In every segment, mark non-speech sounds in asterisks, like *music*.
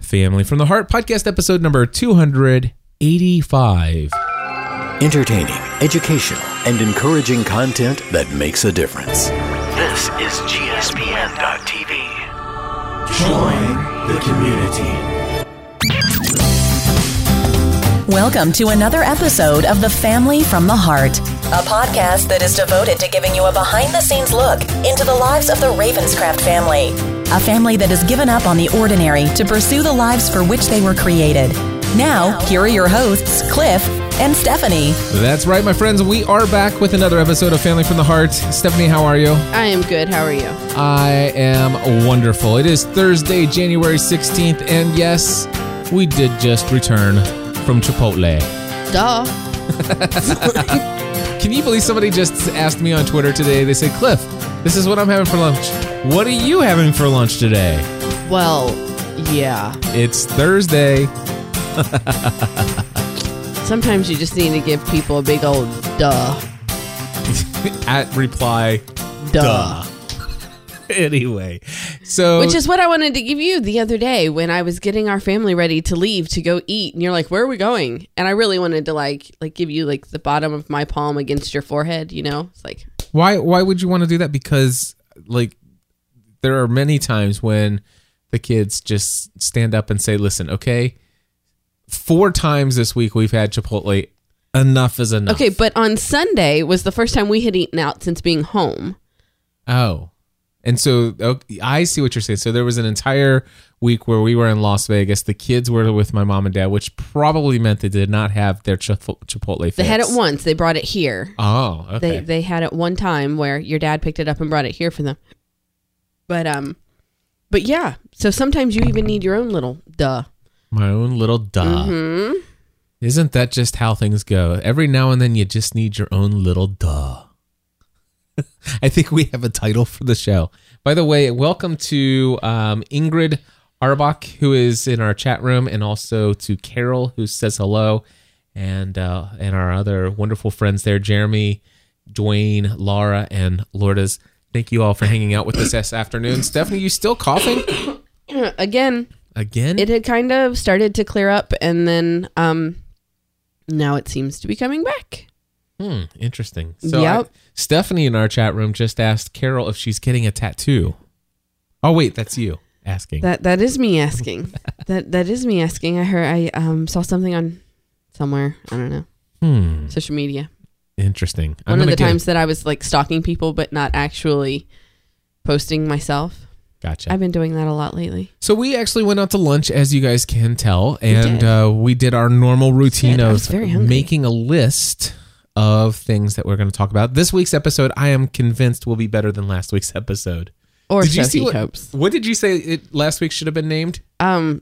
family from the Heart Podcast, episode number 285. Entertaining, educational, and encouraging content that makes a difference. This is GSPN.TV. Join the community. Welcome to another episode of The Family from the Heart, a podcast that is devoted to giving you a behind the scenes look into the lives of the Ravenscraft family, a family that has given up on the ordinary to pursue the lives for which they were created. Now, here are your hosts, Cliff and Stephanie. That's right, my friends. We are back with another episode of Family from the Heart. Stephanie, how are you? I am good. How are you? I am wonderful. It is Thursday, January 16th, and yes, we did just return from Chipotle. Duh. Can you believe somebody just asked me on Twitter today? They said, Cliff, this is what I'm having for lunch. What are you having for lunch today? Well, yeah. It's Thursday. Sometimes you just need to give people a big old duh. At reply, Duh. *laughs* anyway. So Which is what I wanted to give you the other day when I was getting our family ready to leave to go eat and you're like, "Where are we going?" And I really wanted to like like give you like the bottom of my palm against your forehead, you know? It's like why why would you want to do that? Because like there are many times when the kids just stand up and say, "Listen, okay, four times this week we've had Chipotle. Enough is enough." Okay, but on Sunday was the first time we had eaten out since being home. Oh. And so okay, I see what you're saying. So there was an entire week where we were in Las Vegas. The kids were with my mom and dad, which probably meant they did not have their Chipo- Chipotle. Fix. They had it once, they brought it here. Oh, okay. They they had it one time where your dad picked it up and brought it here for them. But um but yeah, so sometimes you even need your own little duh. My own little duh. Isn't that just how things go? Every now and then you just need your own little duh. *laughs* I think we have a title for the show. By the way, welcome to um, Ingrid Arbach, who is in our chat room, and also to Carol, who says hello, and uh, and our other wonderful friends there, Jeremy, Dwayne, Laura, and Lourdes. Thank you all for hanging out with us this afternoon. Stephanie, you still coughing Again, again? it had kind of started to clear up and then um now it seems to be coming back. Hmm, interesting. So I- Yep. Stephanie in our chat room just asked Carol if she's getting a tattoo. Oh wait, that's you asking. That that is me *laughs* asking. that that is me asking. I heard I um saw something on somewhere, I don't know, hmm, social media. interesting. I'm One of gonna the get- times that I was like stalking people but not actually posting myself. Gotcha. I've been doing that a lot lately. so we actually went out to lunch, as you guys can tell, and did. uh, we did our normal routine did. I was of very hungry. making a list of things that we're going to talk about. This week's episode, I am convinced, will be better than last week's episode. Or Did so you see he what, hopes. what did you say it last week should have been named? Um,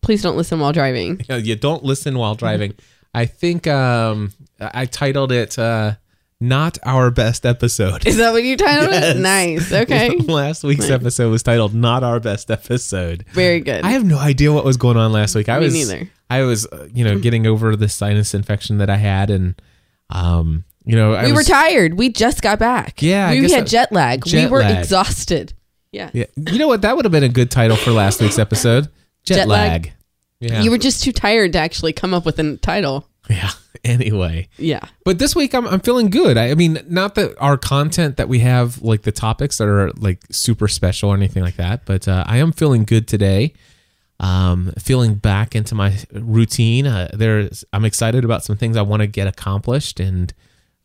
please don't listen while driving. *laughs* Yeah, you don't listen while driving. I think um, I titled it uh, "Not Our Best Episode." *laughs* Is that what you titled it? *laughs* Nice. Okay. Last week's episode was titled "Not Our Best Episode." Very good. I have no idea what was going on last week. I Me was neither. Hmm. I was uh, you know getting over the sinus infection that I had, and um, you know I we were was- tired. We just got back. Yeah, I We guess had that- jet lag. jet we were lag. exhausted. Yeah. Yeah, you know what? That would have been a good title for last week's episode. Jet, Jet lag. lag. Yeah. You were just too tired to actually come up with a title. yeah. *laughs* Anyway. Yeah. But this week I'm, I'm feeling good. I, I mean, not that our content that we have, like the topics that are like super special or anything like that, but uh, I am feeling good today. Um, feeling back into my routine. Uh, there's, I'm excited about some things I want to get accomplished, and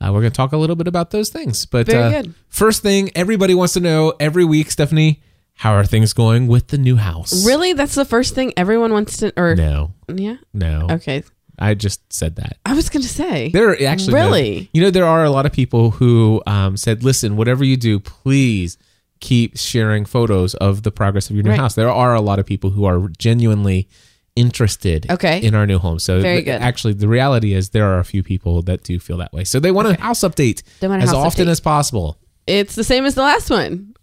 uh, we're going to talk a little bit about those things. But Very uh, good. first thing everybody wants to know every week, Stephanie, how are things going with the new house? Really? That's the first thing everyone wants to. Or No, yeah. no. Okay. I just said that. I was gonna say. There are actually no- Really? you know, there are a lot of people who um, said, "Listen, whatever you do, please keep sharing photos of the progress of your new Right. house." There are a lot of people who are genuinely interested Okay. in our new home. So Very th- good. actually the reality is there are a few people that do feel that way. So they want a house update They want a as house often update. as possible. It's the same as the last one.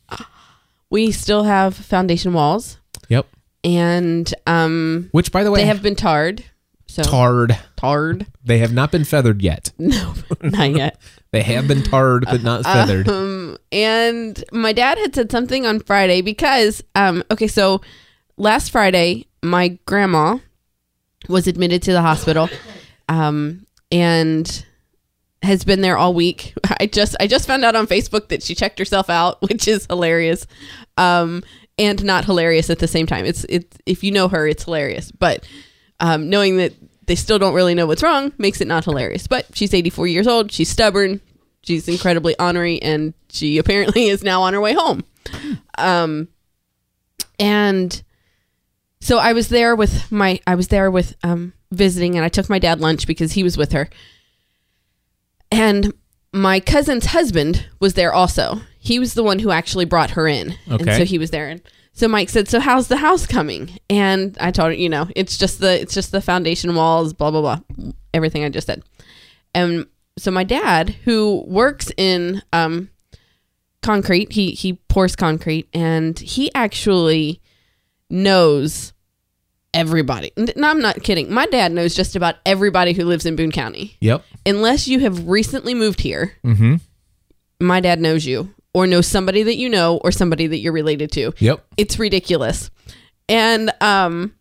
We still have foundation walls, Yep. and um, Which by the way they have been tarred. So tarred. tarred. They have not been feathered yet. No, *laughs* not yet. They have been tarred but not feathered. Um, and my dad had said something on Friday because, um, okay, so last Friday, my grandma was admitted to the hospital um, and has been there all week. *laughs* I just I just found out on Facebook that she checked herself out, *laughs* which is hilarious. Um, and not hilarious at the same time. It's it if you know her, it's hilarious. But um, knowing that they still don't really know what's wrong makes it not hilarious. But she's 84 years old. She's stubborn. She's incredibly ornery, and she apparently *laughs* is now on her way home. Um, and so I was there with my I was there with um visiting and I took my dad lunch because he was with her. And my cousin's husband was there also. He was the one who actually brought her in. And Okay. so he was there and so Mike said, "So how's the house coming?" And I told her, you know, it's just the it's just the foundation walls, blah blah blah, everything I just said. And so my dad, who works in um concrete, he he pours concrete and he actually knows everybody. N- No, I'm not kidding. My dad knows just about everybody who lives in Boone County. Yep. Unless you have recently moved here, Mm-hmm. my dad knows you or knows somebody that you know or somebody that you're related to. Yep. It's ridiculous. And um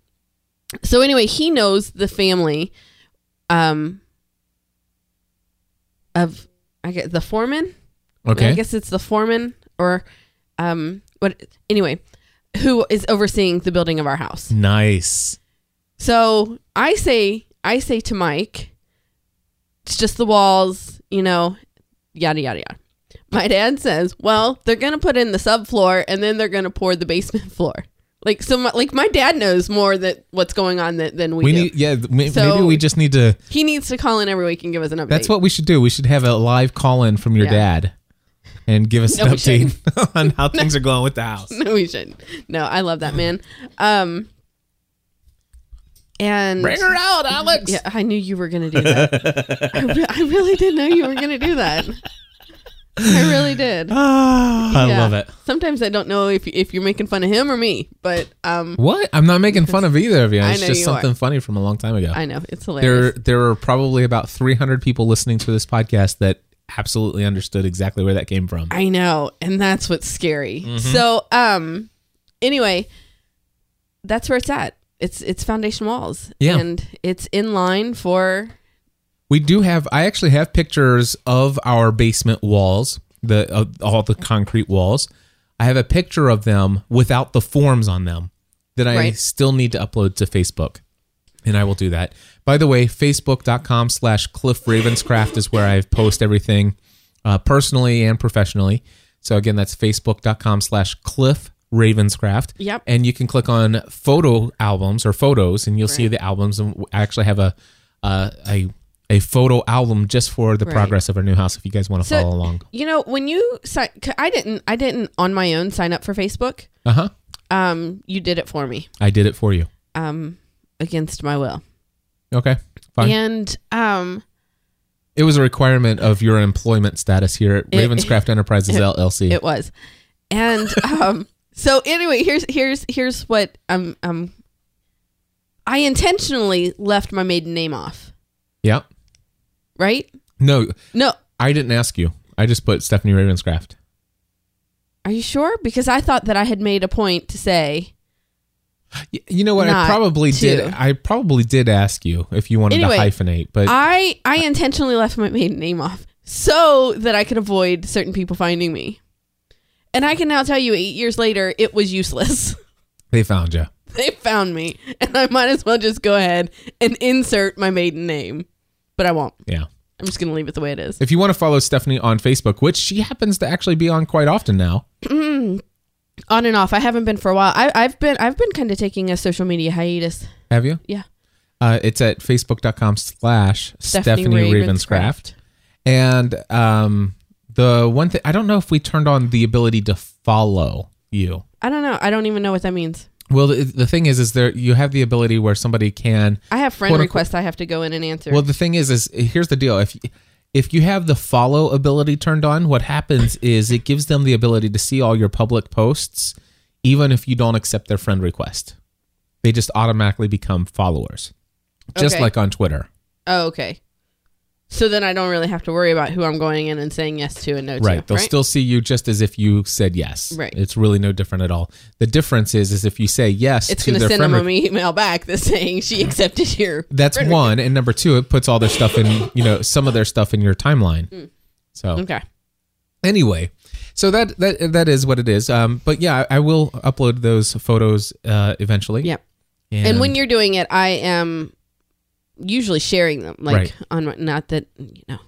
so anyway, he knows the family um of I guess the foreman. Okay. I guess it's the foreman or um what anyway, who is overseeing the building of our house. nice. So I say, I say to Mike, it's just the walls, you know, yada yada yada. My dad says, well, they're gonna put in the subfloor and then they're gonna pour the basement *laughs* floor. Like so, my, like my dad knows more that what's going on that, than we, We do. need. Yeah. th- may- So- maybe we just need to. He needs to call in every week and give us an update. That's what we should do. We should have a live call in from your Yeah. dad, and give us *laughs* No, an we shouldn't. update *laughs* on how things are going with the *laughs* house. No, we shouldn't. No, I love that man. Um, and Bring her out, Alex. Yeah, I knew you were going to do that. *laughs* I, re- I really did know you were going to do that. I really did. Ah, I Yeah. love it. Sometimes I don't know if if you're making fun of him or me, but um, What? I'm not making fun of either of you. *laughs* I It's know just you something are. funny from a long time ago. I know it's there, hilarious. there are probably about 300 people listening to this podcast that absolutely understood exactly where that came from. I know, and that's what's scary. Mm-hmm. So, um, anyway, that's where it's at. It's it's foundation walls, Yeah. and it's in line for We do have. I actually have pictures of our basement walls, the uh, all the concrete walls. I have a picture of them without the forms on them that I Right. still need to upload to Facebook, and I will do that. By the way, facebook.com slash Cliff Ravenscraft is where I post everything uh, personally and professionally. So again, that's facebook.com slash Cliff Ravenscraft. Yep. And you can click on photo albums or photos, and you'll see the albums. And I actually have a uh, a a photo album just for the Right. progress of our new house. If you guys want to So, follow along, You know, when you sign, I didn't, I didn't on my own sign up for Facebook. uh huh. Um, you did it for me, I did it for you. um, against my will, Okay, fine. and um, It was a requirement of your employment status here at *laughs* Ravenscraft Enterprises LLC. it was, and *laughs* um, so anyway, here's here's here's what um um, I intentionally left my maiden name off, yeah. right? No, No, I didn't ask you. I just put Stephanie Ravenscraft. are you sure? Because I thought that I had made a point to say Y- You know what? I Not probably did. to. I probably did ask you if you wanted Anyway, to hyphenate, but I I intentionally left my maiden name off so that I could avoid certain people finding me. And I can now tell you 8 years later it was useless. *laughs* they found you. they found me and I might as well just go ahead and insert my maiden name. But I won't. Yeah. I'm just going to leave it the way it is. If you want to follow Stephanie on Facebook, which she happens to actually be on quite often now, On and off. I haven't been for a while. I I've been I've been kind of taking a social media hiatus. have you? Yeah. Uh, it's at facebook.com slash Stephanie, Ravenscraft. Ravenscraft. And um, the one thing, I don't know if we turned on the ability to follow you. I don't know. I don't even know what that means. Well, the, the thing is, is there you have the ability where somebody can. I have friend Quote, unquote- requests I have to go in and answer. Well, the thing is, is here's the deal. If if you have the follow ability turned on, what happens is it gives them the ability to see all your public posts, even if you don't accept their friend request. They just automatically become followers, just Okay. like on Twitter. oh, okay. So then I don't really have to worry about who I'm going in and saying yes to and no to. Right. They'll still see you just as if you said yes. Right. It's really no different at all. The difference is, is if you say yes It's to going to their send friend them re- an email back that's saying she accepted your. That's friend one, and number two, it puts all their stuff in, you know, some of their stuff in your timeline. Hmm. So request. *laughs* Okay. anyway, so that that that is what it is. Um, but yeah, I, I will upload those photos uh eventually. Yep. and when you're doing it, I am usually sharing them. Like Right. on my- not that you know.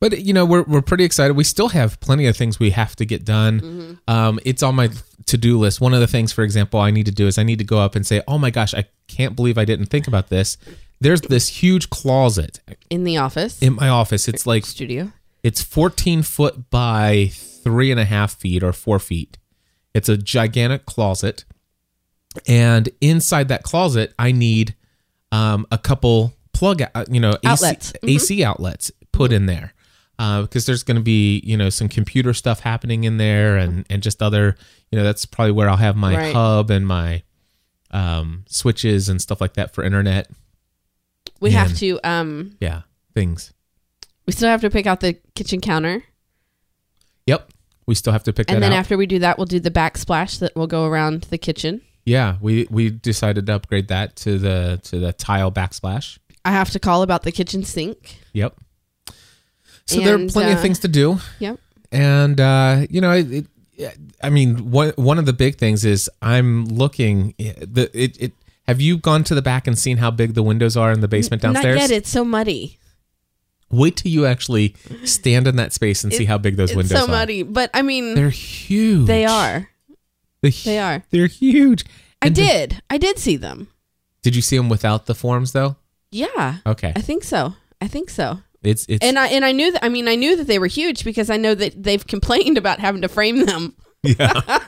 But you know, we're we're pretty excited. We still have plenty of things we have to get done. Mm-hmm. Um, it's on my to do list. One of the things, for example, I need to do is I need to go up and say, "Oh my gosh, I can't believe I didn't think about this." There's this huge closet in the office in my office. It's like studio. it's 14 foot by three and a half feet or four feet. It's a gigantic closet, and inside that closet, I need um, a couple plug, uh, you know, AC, Outlets. Mm-hmm. AC outlets put in there uh, because there's going to be you know some computer stuff happening in there and and just other you know that's probably where I'll have my Right. hub and my um, switches and stuff like that for internet. We Yeah. have to. Um, Yeah, things. we still have to pick out the kitchen counter, Yep, we still have to pick and that then out. after we do that, we'll do the backsplash that will go around the kitchen. Yeah, we we decided to upgrade that to the to the tile backsplash. I have to call about the kitchen sink. Yep. So there are And, plenty of uh, things to do, Yep. and uh, you know, it, it, I mean, one one of the big things is I'm looking the it, it. Have you gone to the back and seen how big the windows are in the basement downstairs? Not yet. It's so muddy. Wait till you actually stand in that space and see how big those It's windows so are. muddy, but I mean, They're huge. they are. They're, They are. They're huge. I And the- did. I did see them. did you see them without the forms though? Yeah. Okay. I think so. I think so. It's it's And I and I knew that. I mean, I knew that they were huge because I know that they've *laughs* complained about having to frame them.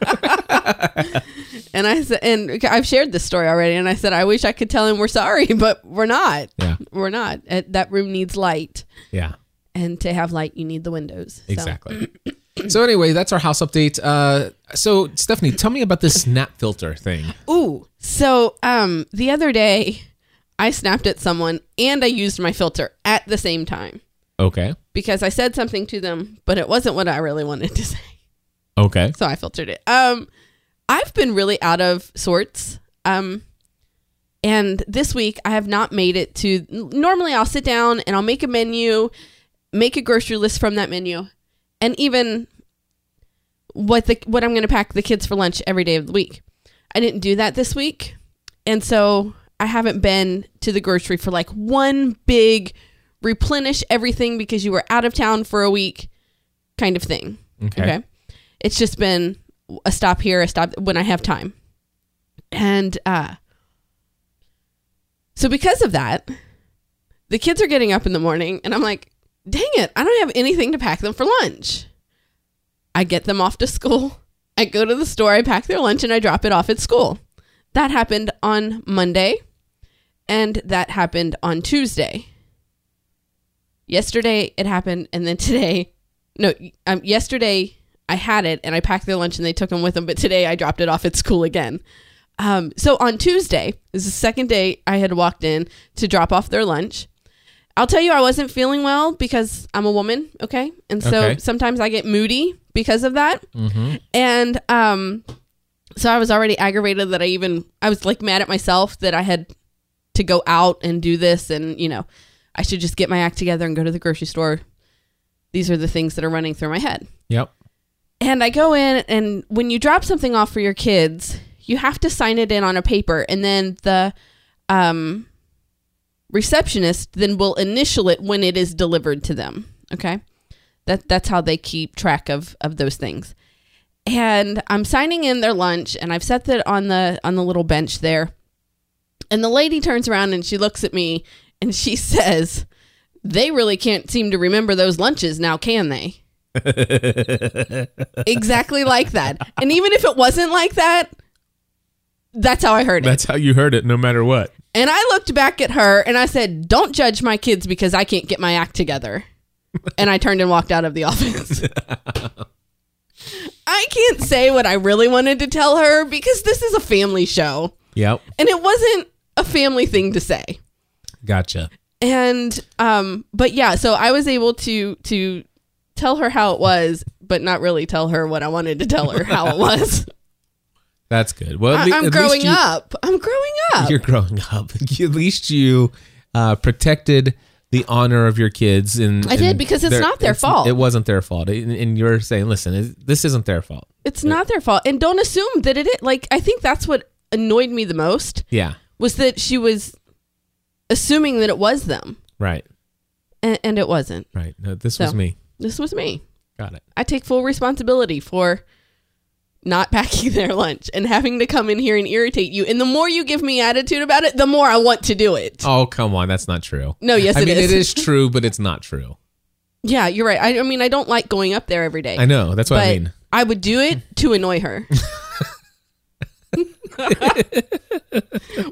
Yeah. *laughs* and I said, and I've shared this story already. And I said, I wish I could tell him we're sorry, *laughs* but we're not. Yeah. We're not. Uh, That room needs light, yeah. and to have light, you need the windows. So- Exactly. *clears throat* so anyway, that's our house update. Uh, so Stephanie, tell me about this snap filter thing. Ooh. So um the other day I snapped at someone and I used my filter at the same time Okay. because I said something to them, but it wasn't what I really wanted to *laughs* say. Okay. So I filtered it. Um I've been really out of sorts. Um and this week I have not made it to normally I'll sit down and I'll make a menu, make a grocery list from that menu, and even what the what I'm going to pack the kids for lunch every day of the week. I didn't do that this week, and so I haven't been to the grocery for like one big replenish everything because you were out of town for a week kind of thing. Okay. It's just been a stop here, a stop when I have time. And uh so because of that, the kids are getting up in the morning and I'm like, "Dang it, I don't have anything to pack them for lunch." I get them off to school. *laughs* I go to the store, I pack their lunch, and I drop it off at school. That happened on Monday, and that happened on Tuesday. Yesterday it happened, and then today, no, um, yesterday I had it and I packed their lunch and they took them with them, but today I dropped it off at school again. Um, so on Tuesday this is the second day I had walked in to drop off their lunch. I'll tell you, I wasn't feeling well because I'm a woman, okay, and so Okay. sometimes I get moody because of that. And um so I was already aggravated that I even I was like mad at myself that I had to go out and do this and you know, I should just get my act together and go to the grocery store. These are the things that are running through my head. Yep. And I go in and when you drop something off for your kids, you have to sign it in on a paper and then the um receptionist then will initial it when it is delivered to them. Okay? That that's how they keep track of of those things. And I'm signing in their lunch and I've set that on the on the little bench there. And the lady turns around and she looks at me and she *laughs* says, "They really can't seem to remember those lunches now, can they?" exactly like that. And even if it wasn't like that, that's how I heard it. That's how you heard it, no matter what. And I looked back at her and I said, Don't judge my kids because I can't get my act together. And I turned and walked out of the *laughs* office. I can't say what I really wanted to tell her because this is a family show. Yep. And it wasn't a family thing to say. Gotcha. and um but yeah so i was able to to tell her how it was but not really tell her what i wanted to tell her how it was That's good. Well, *laughs* at I, lea- am at growing least you, up i'm growing up *laughs* You're growing up. *laughs* at least you uh, protected the honor of your kids. And I did, and because it's not their fault. It wasn't their fault. And, and you're saying, listen, it- this isn't their fault. it's not their fault and don't assume that it is like i think that's what annoyed me the most Yeah. was that she was assuming that it was them Right. and, and it wasn't Right. No, this So. was me. this was me Got it. i take full responsibility for not *laughs* packing their lunch and having to come in here and irritate you and the more you give me attitude about it the more i want to do it Oh, come on. That's not true. No, yes, I it mean, is. it is true, but it's not true. Yeah, you're right. I, I mean, I don't like going up there every day. I know. That's what but I mean. I would do it to *laughs* annoy her.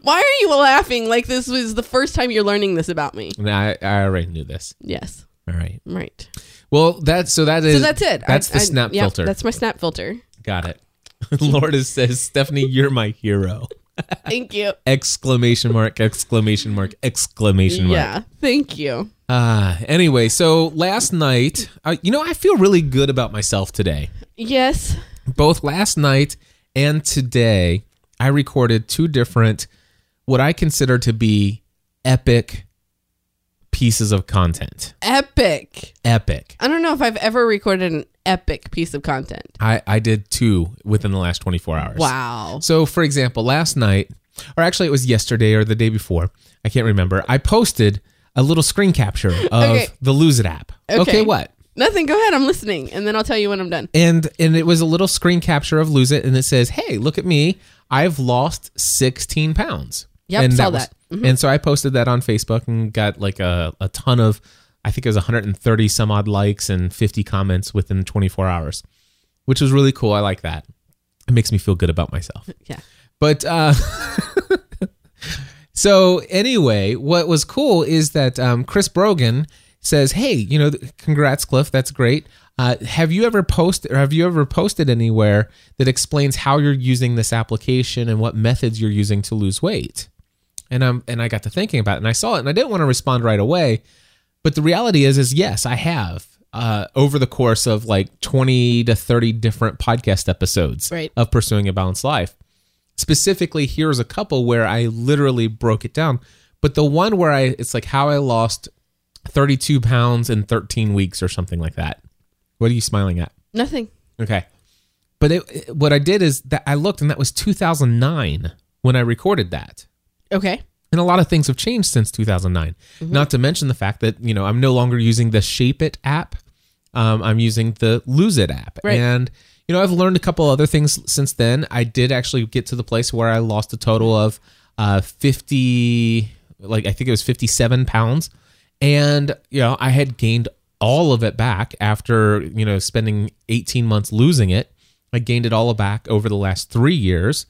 Why are you laughing like this was the first time you're learning this about me? And I, I already knew this. Yes, All right. right. Well, that's so that is. So that's it. That's I- the I- snap yeah, filter. That's my snap filter. Got it. *laughs* Lourdes says, Stephanie, you're my hero. Thank you. Exclamation mark, exclamation mark, exclamation mark. Yeah, thank you. Uh, anyway, so last night, uh, you know, I feel really good about myself today. Yes, Both last night and today, I recorded two different, what I consider to be epic pieces of content. epic. Epic. I don't know if I've ever recorded an epic piece of content. I, I did two within the last 24 hours. Wow. So, for example, last night, or actually it was yesterday or the day before, I can't remember, I posted a little screen capture of Okay. the Lose It app. Okay. okay what? Nothing. Go ahead. I'm listening, and then I'll tell you when I'm done. and and it was a little screen capture of lose it and it says hey look at me i've lost 16 pounds Yep, and saw was- that. Mm-hmm. and so i posted that on facebook and got like a, a ton of i think it was 130 some odd likes and 50 comments within 24 hours which was really cool i like that it makes me feel good about myself Yeah. but uh so anyway, what was cool is that um, Chris Brogan says, "Hey, you know, congrats, Cliff. That's great. Uh, have you ever posted or have you ever posted anywhere that explains how you're using this application and what methods you're using to lose weight?" And I'm and I got to thinking about it, and I saw it, and I didn't want to respond right away, but the reality is, is yes, I have. Uh, over the course of like 20 to 30 different podcast episodes Right. of pursuing a balanced life specifically here's a couple where i literally broke it down but the one where i it's like how i lost 32 pounds in 13 weeks or something like that what are you smiling at Nothing. okay but it, it- what i did is that i looked and that was 2009 when i recorded that Okay. and a lot of things have changed since 2009 not to mention the fact that you know i'm no longer using the shape it app um, i'm using the lose it app Right. and you know i've learned a couple other things since then i did actually get to the place where i lost a total of uh, 50 like i think it was 57 pounds and you know i had gained all of it back after you know spending 18 months losing it i gained it all back over the last three years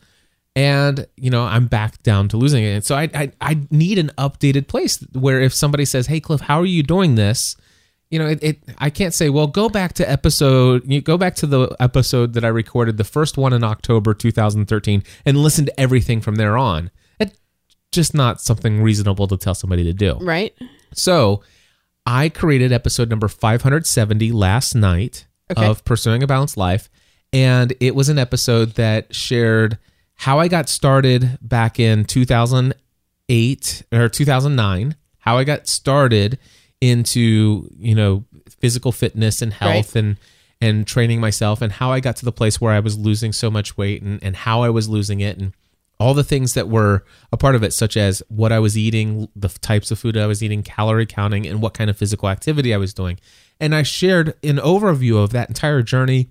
and you know i'm back down to losing it and so I, I i need an updated place where if somebody says hey cliff how are you doing this you know it, it i can't say well go back to episode you go back to the episode that i recorded the first one in october 2013 and listen to everything from there on it's just not something reasonable to tell somebody to do Right. so I created episode number 570 last night Okay. of Pursuing a Balanced Life. And it was an episode that shared how I got started back in 2008 or 2009, how I got started into, you know, physical fitness and health and and training myself and how I got to the place where I was losing so much weight and, and how I was losing it and all the things that were a part of it, such as what I was eating, the f- types of food I was eating, calorie counting, and what kind of physical activity I was doing. And I shared an overview of that entire journey.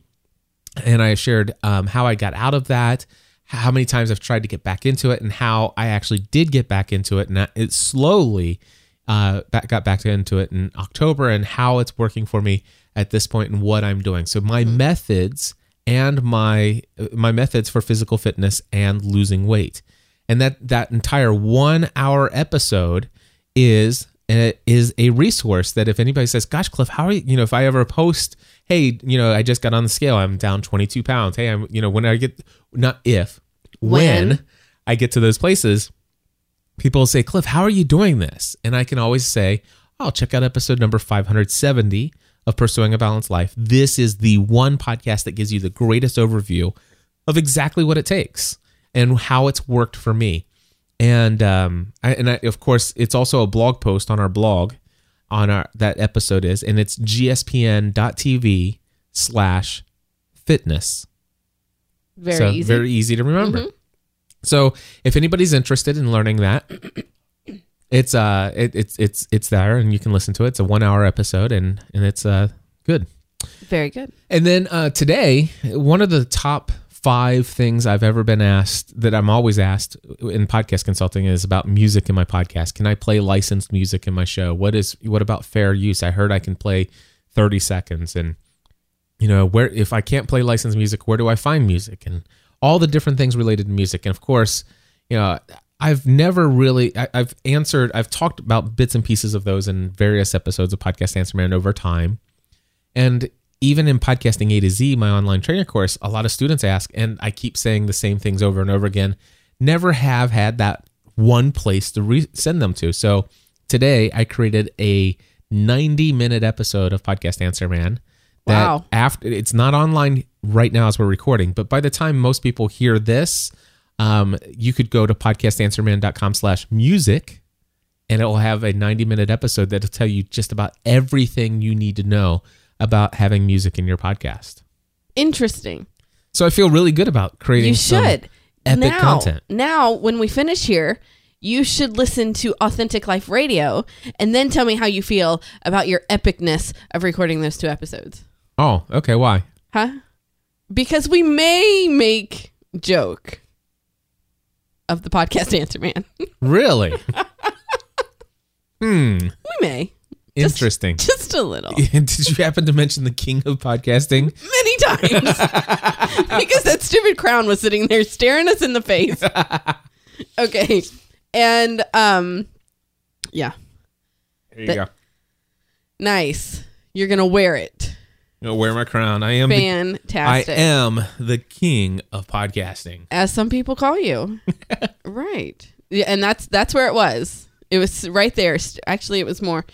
And I shared um, how I got out of that, how many times I've tried to get back into it, and how I actually did get back into it. And that it slowly uh, back, got back into it in October and how it's working for me at this point and what I'm doing. So my methods and my uh, my methods for physical fitness and losing weight and that that entire one hour episode is uh, is a resource that if anybody says gosh cliff how are you you know if i ever post hey you know i just got on the scale i'm down 22 pounds hey i'm you know when i get not if when, When. i get to those places people say, Cliff, how are you doing this? And I can always say, oh, check out episode number 570 of Pursuing a Balanced Life. This is the one podcast that gives you the greatest overview of exactly what it takes and how it's worked for me. And um, I, and I, of course, it's also a blog post on our blog on our that episode is, and it's gspn.tv slash fitness. Very so easy. Mm-hmm. very easy to remember. So if anybody's interested in learning that, *coughs* it's uh it, it's it's it's there and you can listen to it. It's a one hour episode and and it's uh good. Very good. And then uh, today, one of the top five things I've ever been asked that I'm always asked in podcast consulting is about music in my podcast. Can I play licensed music in my show? What is what about fair use? I heard I can play 30 seconds and you know where if i can't play licensed music where do i find music and all the different things related to music and of course you know i've never really I, i've answered i've talked about bits and pieces of those in various episodes of podcast answer man over time and even in podcasting a to z my online trainer course a lot of students ask and i keep saying the same things over and over again never have had that one place to re- send them to so today i created a 90 minute episode of podcast answer man that Wow. after it's not online right now as we're recording but by the time most people hear this um, you could go to podcastanswerman.com slash music and it will have a 90 minute episode that'll tell you just about everything you need to know about having music in your podcast Interesting. so i feel really good about creating You some should. epic now, content Now, when we finish here, you should listen to Authentic Life Radio and then tell me how you feel about your epicness of recording those two episodes. oh okay why Huh? Because we may make joke of the podcast *laughs* answer man. we really may. *laughs* Just- interesting *laughs* Just a little. did you happen to mention the king of podcasting Many times. *laughs* because that stupid crown was sitting there staring us in *laughs* the face. okay. And um yeah. there you But- go Nice. You're going to wear it. I'm gonna wear my crown i am the- I Fantastic. am the king of podcasting. As some people *laughs* call you. right. Yeah, and that's that's where it was. It was right there. St- Actually, it was more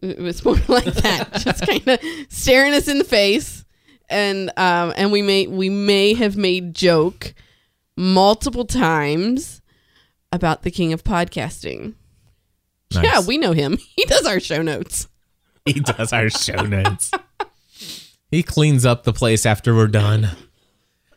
it was *laughs* more like that. Just kind of staring us in the face. And um and we may we may have made joke multiple times about the king of podcasting. Nice. Yeah, we know him. *laughs* He does our show notes. *laughs* He does our show notes. He cleans up the place after we're done.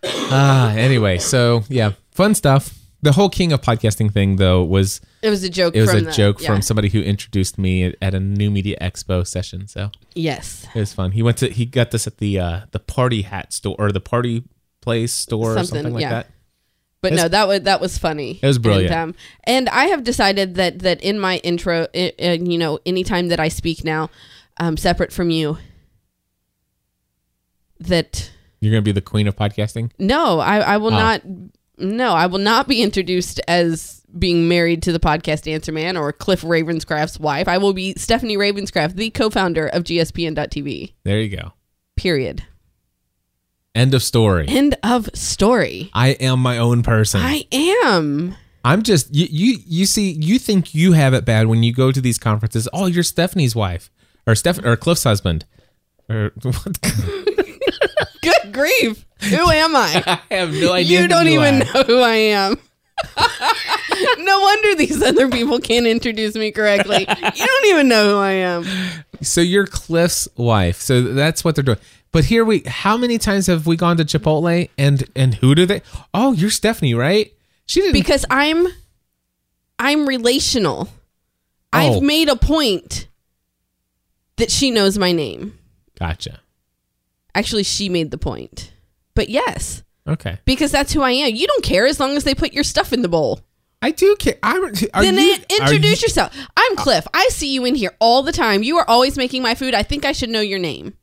Ah, anyway, so yeah, fun stuff. The whole king of podcasting thing, though, was It was a joke. it was from a the- joke yeah. from somebody who introduced me at- at a new media expo session. So yes, it was fun. He went to he got this at the uh the party hat store or the party place store or Something, something like yeah. that. But It's- no, that was that was funny. It was brilliant. And, um, and I have decided that that in my intro, i- and you know, anytime that I speak now, um, separate from you, that You're gonna be the queen of podcasting. no, I I will Oh. not. No, I will not be introduced as being married to the podcast Answer Man or Cliff Ravenscraft's wife. I will be Stephanie Ravenscraft, the co-founder of GSPN.TV. There you go. Period. End of story. End of story. I am my own person. I am. I'm just you, you. You see, you think you have it bad when you go to these conferences. Oh, you're Stephanie's wife, or Steph, or Cliff's husband, or *laughs* what? Good grief. Who am I? I have no idea. You who don't even are. know who I am. *laughs* no wonder these other people can't introduce me correctly. You don't even know who I am. So you're Cliff's wife. So that's what they're doing. But here we. How many times have we gone to Chipotle and and who do they? Oh, you're Stephanie, right? She didn't. Because I'm I'm relational. Oh. I've made a point that she knows my name. gotcha. Actually, she made the point. But yes, Okay. because that's who I am. You don't care as long as they put your stuff in the bowl. I do care. I'm. Are then you, are in- introduce you- yourself. I'm Cliff. I see you in here all the time. You are always making my food. I think I should know your name.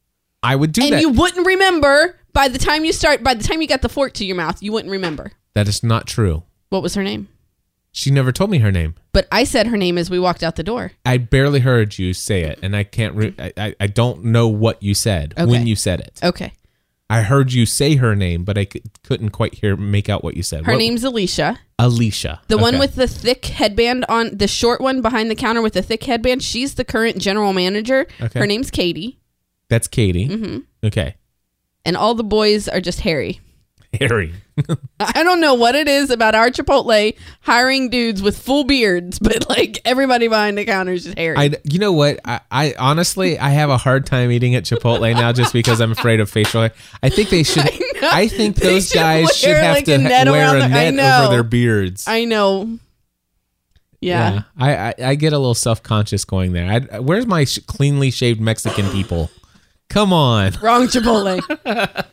I would do and that. you wouldn't remember by the time you start by the time you got the fork to your mouth you wouldn't remember that is not true. what was her name She never told me her name. but i said her name as we walked out the door I barely heard you say it, and I can't. Re- I, I I don't know what you said Okay. when you said it. okay I heard you say her name, but I c- couldn't quite hear make out what you said. Her What- name's Alicia. Alicia. The one Okay. with the thick headband on the short one behind the counter with the thick headband. She's the current general manager. Okay. Her name's Katie, that's Katie. Mm-hmm. Okay, *laughs* and all the boys are just hairy. Harry. I don't know what it is about our Chipotle hiring dudes with full beards, but like everybody behind the counter is just hairy. I you know what I, I honestly I have a hard time eating at Chipotle now just because I'm afraid of facial hair. I think *laughs* they should. I, know. think They those should guys wear, should have like, to a ha- net wear around a their- I net know. over their beards. I know. Yeah. I, I I get a little self conscious going there. I, where's my sh- cleanly shaved Mexican people? Come on. Wrong Chipotle.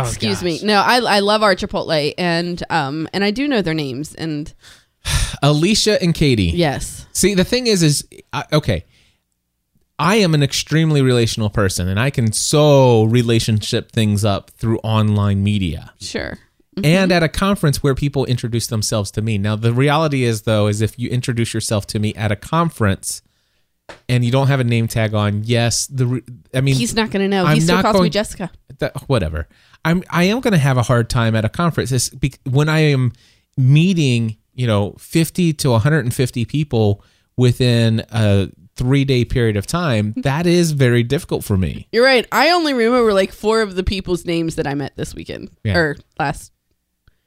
*laughs* Excuse me. No, I, I love our Chipotle and um and I do know their names and Alicia and Katie. yes. See, the thing is, is I okay. I am an extremely relational person, and I can so relationship things up through online media Sure. and at a conference where people introduce themselves to me. Now, the reality is, though, is if you introduce yourself to me at a conference and you don't have a name tag on, yes, the re- I mean, He's not gonna know. I'm he still not calls me going- Jessica. that, whatever. I'm I am going to have a hard time at a conference it's be, when I am meeting, you know, 50 to 150 people within a 3-day period of Mm-hmm. time. That is very difficult for me. You're right. I only remember like four of the people's names that I met this weekend. Yeah. Or last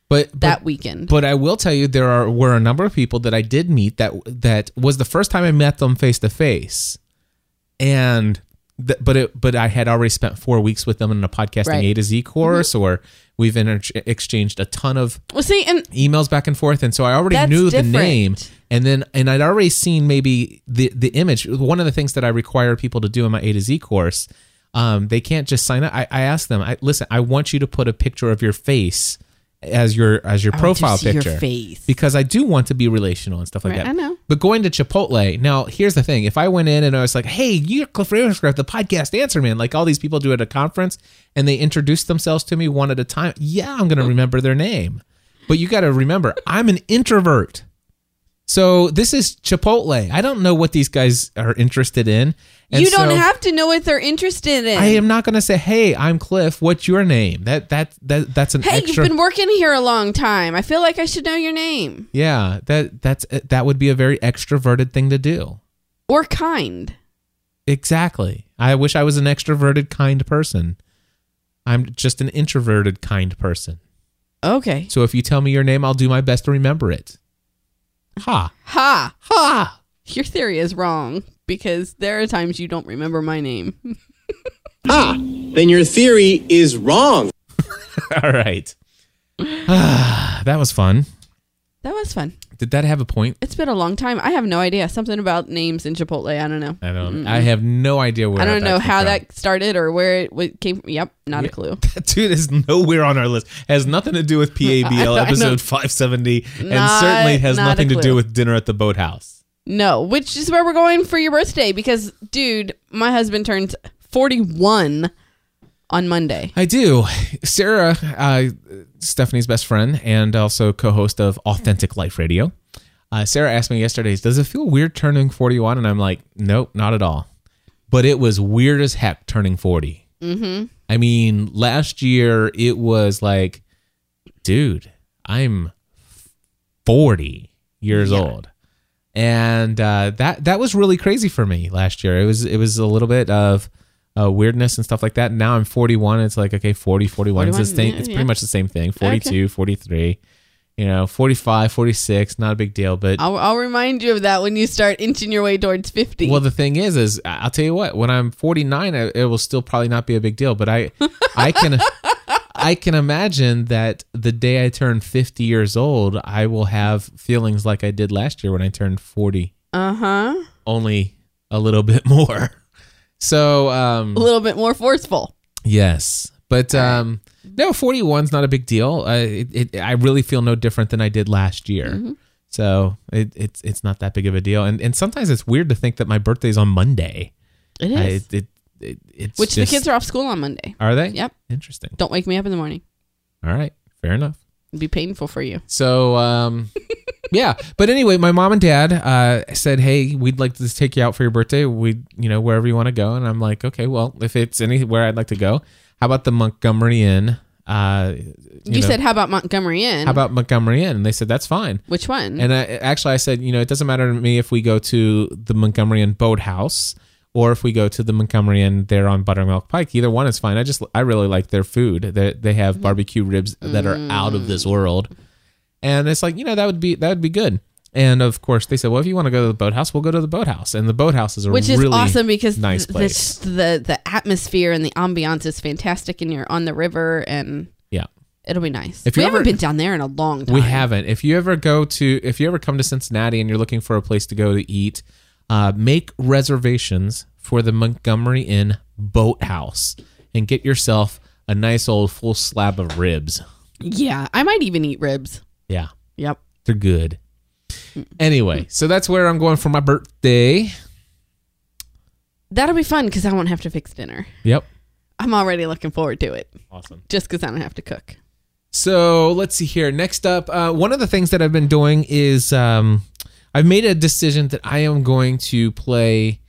But, but that weekend. but I will tell you there are were a number of people that I did meet that that was the first time I met them face to face. And th- but it but I had already spent 4 weeks with them in a podcasting Right. Mm-hmm. A to Z course or we've inter- exchanged a ton of well see and emails back and forth and so i already That's knew different. the name and then and i'd already seen maybe the the image one of the things that i require people to do in my a to z course um, they can't just sign up i, I asked them I, listen i want you to put a picture of your face as your as your profile see your picture face. because i do want to be relational and stuff like Right, that I know. but going to chipotle now here's the thing if i went in and i was like hey you're cliff ravenscraft the podcast answer man like all these people do at a conference and they introduce themselves to me one at a time yeah i'm gonna remember their name but you got to remember, I'm an introvert. So this is Chipotle. I don't know what these guys are interested in. And you don't so have to know what they're interested in. I am not going to say, "Hey, I'm Cliff. What's your name?" That that that that's an hey, extra. you've been working here a long time. I feel like I should know your name. yeah, that that's that would be a very extroverted thing to do. Or kind. Exactly. I wish I was an extroverted kind person. I'm just an introverted kind person. Okay. So if you tell me your name, I'll do my best to remember it. Ha Ha! ha. Your theory is wrong because there are times you don't remember my name. then your theory is wrong. *laughs* All right. *sighs* Ah, that was fun. That was fun. Did that have a point? It's been a long time. I have no idea. Something about names in Chipotle. I don't know. I don't. I have no idea where. I that don't know came how from. that started or where it w- came from. Yep, not a clue. That *laughs* dude is nowhere on our list. Has nothing to do with *laughs* PABL I know. episode five seventy, and Not- certainly has not a nothing to clue. do with dinner at the boathouse. No, which is where we're going for your birthday because, dude, my husband turns 41 on Monday. I do. Sarah, uh, Stephanie's best friend and also co-host of Authentic Life Radio. Uh, Sarah asked me yesterday, "Does it feel weird turning 41?" And I'm like, "Nope, not at all." But it was weird as heck turning 40. Mm-hmm. I mean, last year it was like, dude, I'm 40 years old, and uh, that that was really crazy for me last year. It was it was a little bit of uh, weirdness and stuff like that. Now I'm 41. It's like okay, 40, 41. it's, the 41, same, yeah, it's yeah. pretty much the same thing. 42, 43 you know 45 46 not a big deal but I'll, I'll remind you of that when you start inching your way towards 50. well the thing is is I- i'll tell you what when i'm 49 I- it will still probably not be a big deal but i i can *laughs* i can imagine that the day i turn 50 years old i will have feelings like i did last year when i turned 40 uh huh. only a little *laughs* bit more so um A little bit more forceful. Yes, but um, no, forty one's not a big deal. Uh, it, it, I really feel no different than I did last year, so it, it's it's not that big of a deal. And and sometimes it's weird to think that my birthday's on Monday. It I- is. it, it, it- it's Which just- the kids are off school on Monday. Are they? Yep. Interesting. Don't wake me up in the morning. All right. Fair enough. It'd be painful for you. So, *laughs* um, yeah. But anyway, my mom and dad uh, said, "Hey, we'd like to just take you out for your birthday. We, you know, wherever you want to go." And I'm like, "Okay, well, if it's anywhere I'd like to go." How about the Montgomery Inn? Uh, you You know, said, "How about Montgomery Inn?" how about Montgomery Inn? And they said that's fine. which one? Mm-hmm. And I, actually, I said, you know, it doesn't matter to me if we go to the Montgomery and Boathouse or if we go to the Montgomery and they're on Buttermilk Pike. Either one is fine. I just, I really like their food. They, they Mm-hmm. have barbecue ribs that are out of Mm. this world. And it's like, you know, that would be, that would be good. And of course, they said, well, if you want to go to the boathouse, we'll go to the boathouse. And the boathouse is a which is really awesome because nice th- place. The, the the atmosphere and the ambiance is fantastic, and you're on the river, and yeah. it'll be nice. If we you haven't ever- been down there in a long time. We haven't. If you ever go to, if you ever come to Cincinnati and you're looking for a place to go to eat, uh, make reservations for the Montgomery Inn Boathouse and get yourself a nice old full slab of ribs. Yeah, I might even eat ribs. Yeah, Yep. they're good. Anyway, so that's where I'm going for my birthday. That'll be fun because I won't have to fix dinner. Yep. I'm already looking forward to it Awesome. just because I don't have to cook. So let's see here. Next up, uh, one of the things that I've been doing is um, I've made a decision that I am going to play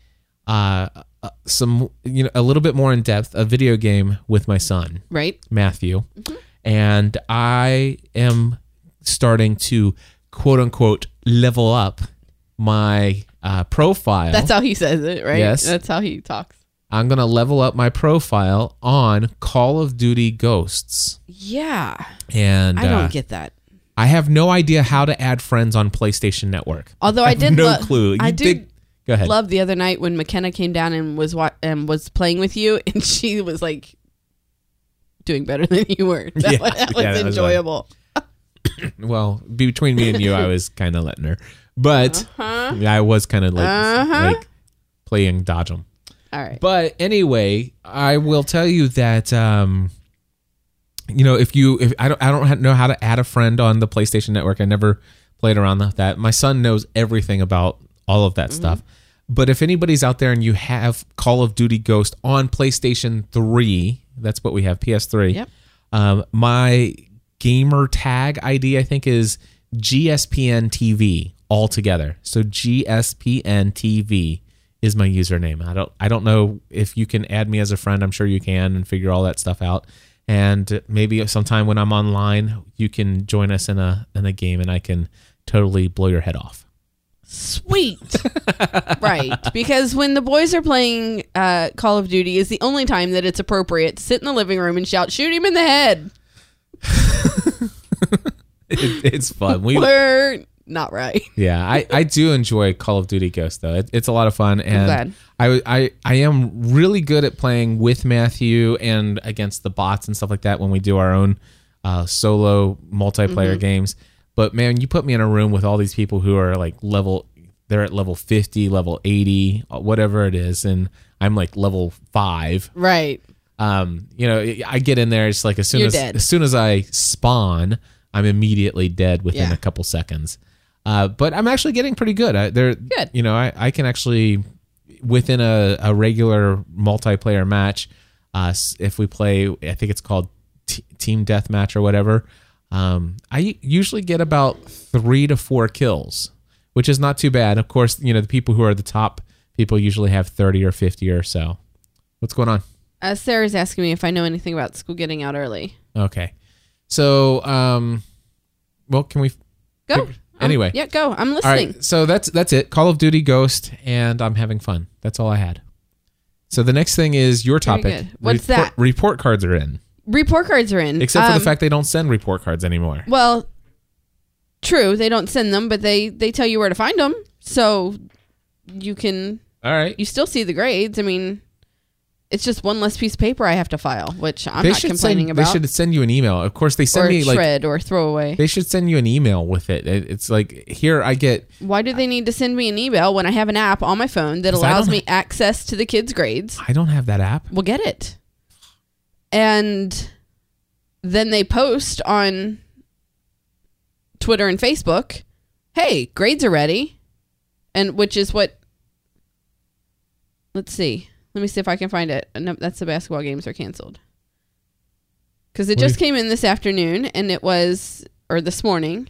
uh, uh, some, you know, a little bit more in depth a video game with my son Right? Matthew, Mm-hmm. and I am starting to quote unquote level up my uh, profile. That's how he says it, right? Yes. That's how he talks. I'm gonna level up my profile on Call of Duty Ghosts, Yeah. and I uh, don't get that. I have no idea how to add friends on PlayStation Network. *laughs* Although I I have did no lo- clue. You I did did- Go ahead. love the other night when McKenna came down and was wa- and was playing with you, *laughs* and she was like doing better than you were. *laughs* That, Yeah. was, that Yeah, was that was fun. enjoyable. well, between me and you, I was kind of letting her, but Uh-huh. yeah, I was kind of like, like playing dodge 'em. All right. But anyway, I will tell you that um, you know if you if I don't I don't ha- know how to add a friend on the PlayStation Network. I never played around with that. My son knows everything about all of that stuff. But if anybody's out there and you have Call of Duty Ghost on PlayStation Three, that's what we have PS3. Yep. Um, my gamer tag ID I think is GSPN TV all together. So GSPN TV is my username. I don't I don't know if you can add me as a friend. I'm sure you can and figure all that stuff out. And maybe sometime when I'm online, you can join us in a in a game and I can totally blow your head off. *laughs* Sweet. right. Because when the boys are playing uh, Call of Duty is the only time that it's appropriate to sit in the living room and shout, shoot him in the head. It, it's fun. *laughs* We We're not right. *laughs* yeah, I, I do enjoy Call of Duty Ghost though. It, it's a lot of fun, glad. and I, I I am really good at playing with Matthew and against the bots and stuff like that when we do our own uh, solo multiplayer games. But man, you put me in a room with all these people who are like level, they're at level fifty, level eighty, uh, whatever it is, and I'm like level five Right. um, you know, I get in there. It's like as soon You're as dead. as soon as I spawn, I'm immediately dead within Yeah. a couple seconds. Uh, but I'm actually getting pretty good. I, they're Good. You know, I, I can actually within a, a regular multiplayer match. Uh, s- if we play, I think it's called t- team deathmatch or whatever. Um, I u- usually get about three to four kills, which is not too bad. Of course, you know the people who are the top people usually have thirty or fifty or so. What's going on? Uh, Sarah's asking me if I know anything about school getting out early. Okay. So, um, well, can we? Go. Fig- anyway. Um, yeah, go. I'm All listening. right. So that's that's it. Call of Duty Ghost, and I'm having fun. That's all I had. So the next thing is your Very topic. good. What's that? Report cards are in, Report cards are in. except for Um, the fact they don't send report cards anymore. Well, true. They don't send them, but they they tell you where to find them, so you can All right. you still see the grades. I mean, it's just one less piece of paper I have to file, which I'm they not should complaining send, about. They should send you an email. Of course, they send or me like shred or throw away. they should send you an email with it. It- It's like here I get Why do they need to send me an email when I have an app on my phone that 'Cause I allows don't me access to the kids' grades? I don't have that app. Well, get it. And then they post on Twitter and Facebook, "Hey, grades are ready," and which is what. Let's see. Let me see if I can find it. Uh, No, that's the basketball games are canceled. Because it What do just came in this afternoon, and it was or this morning,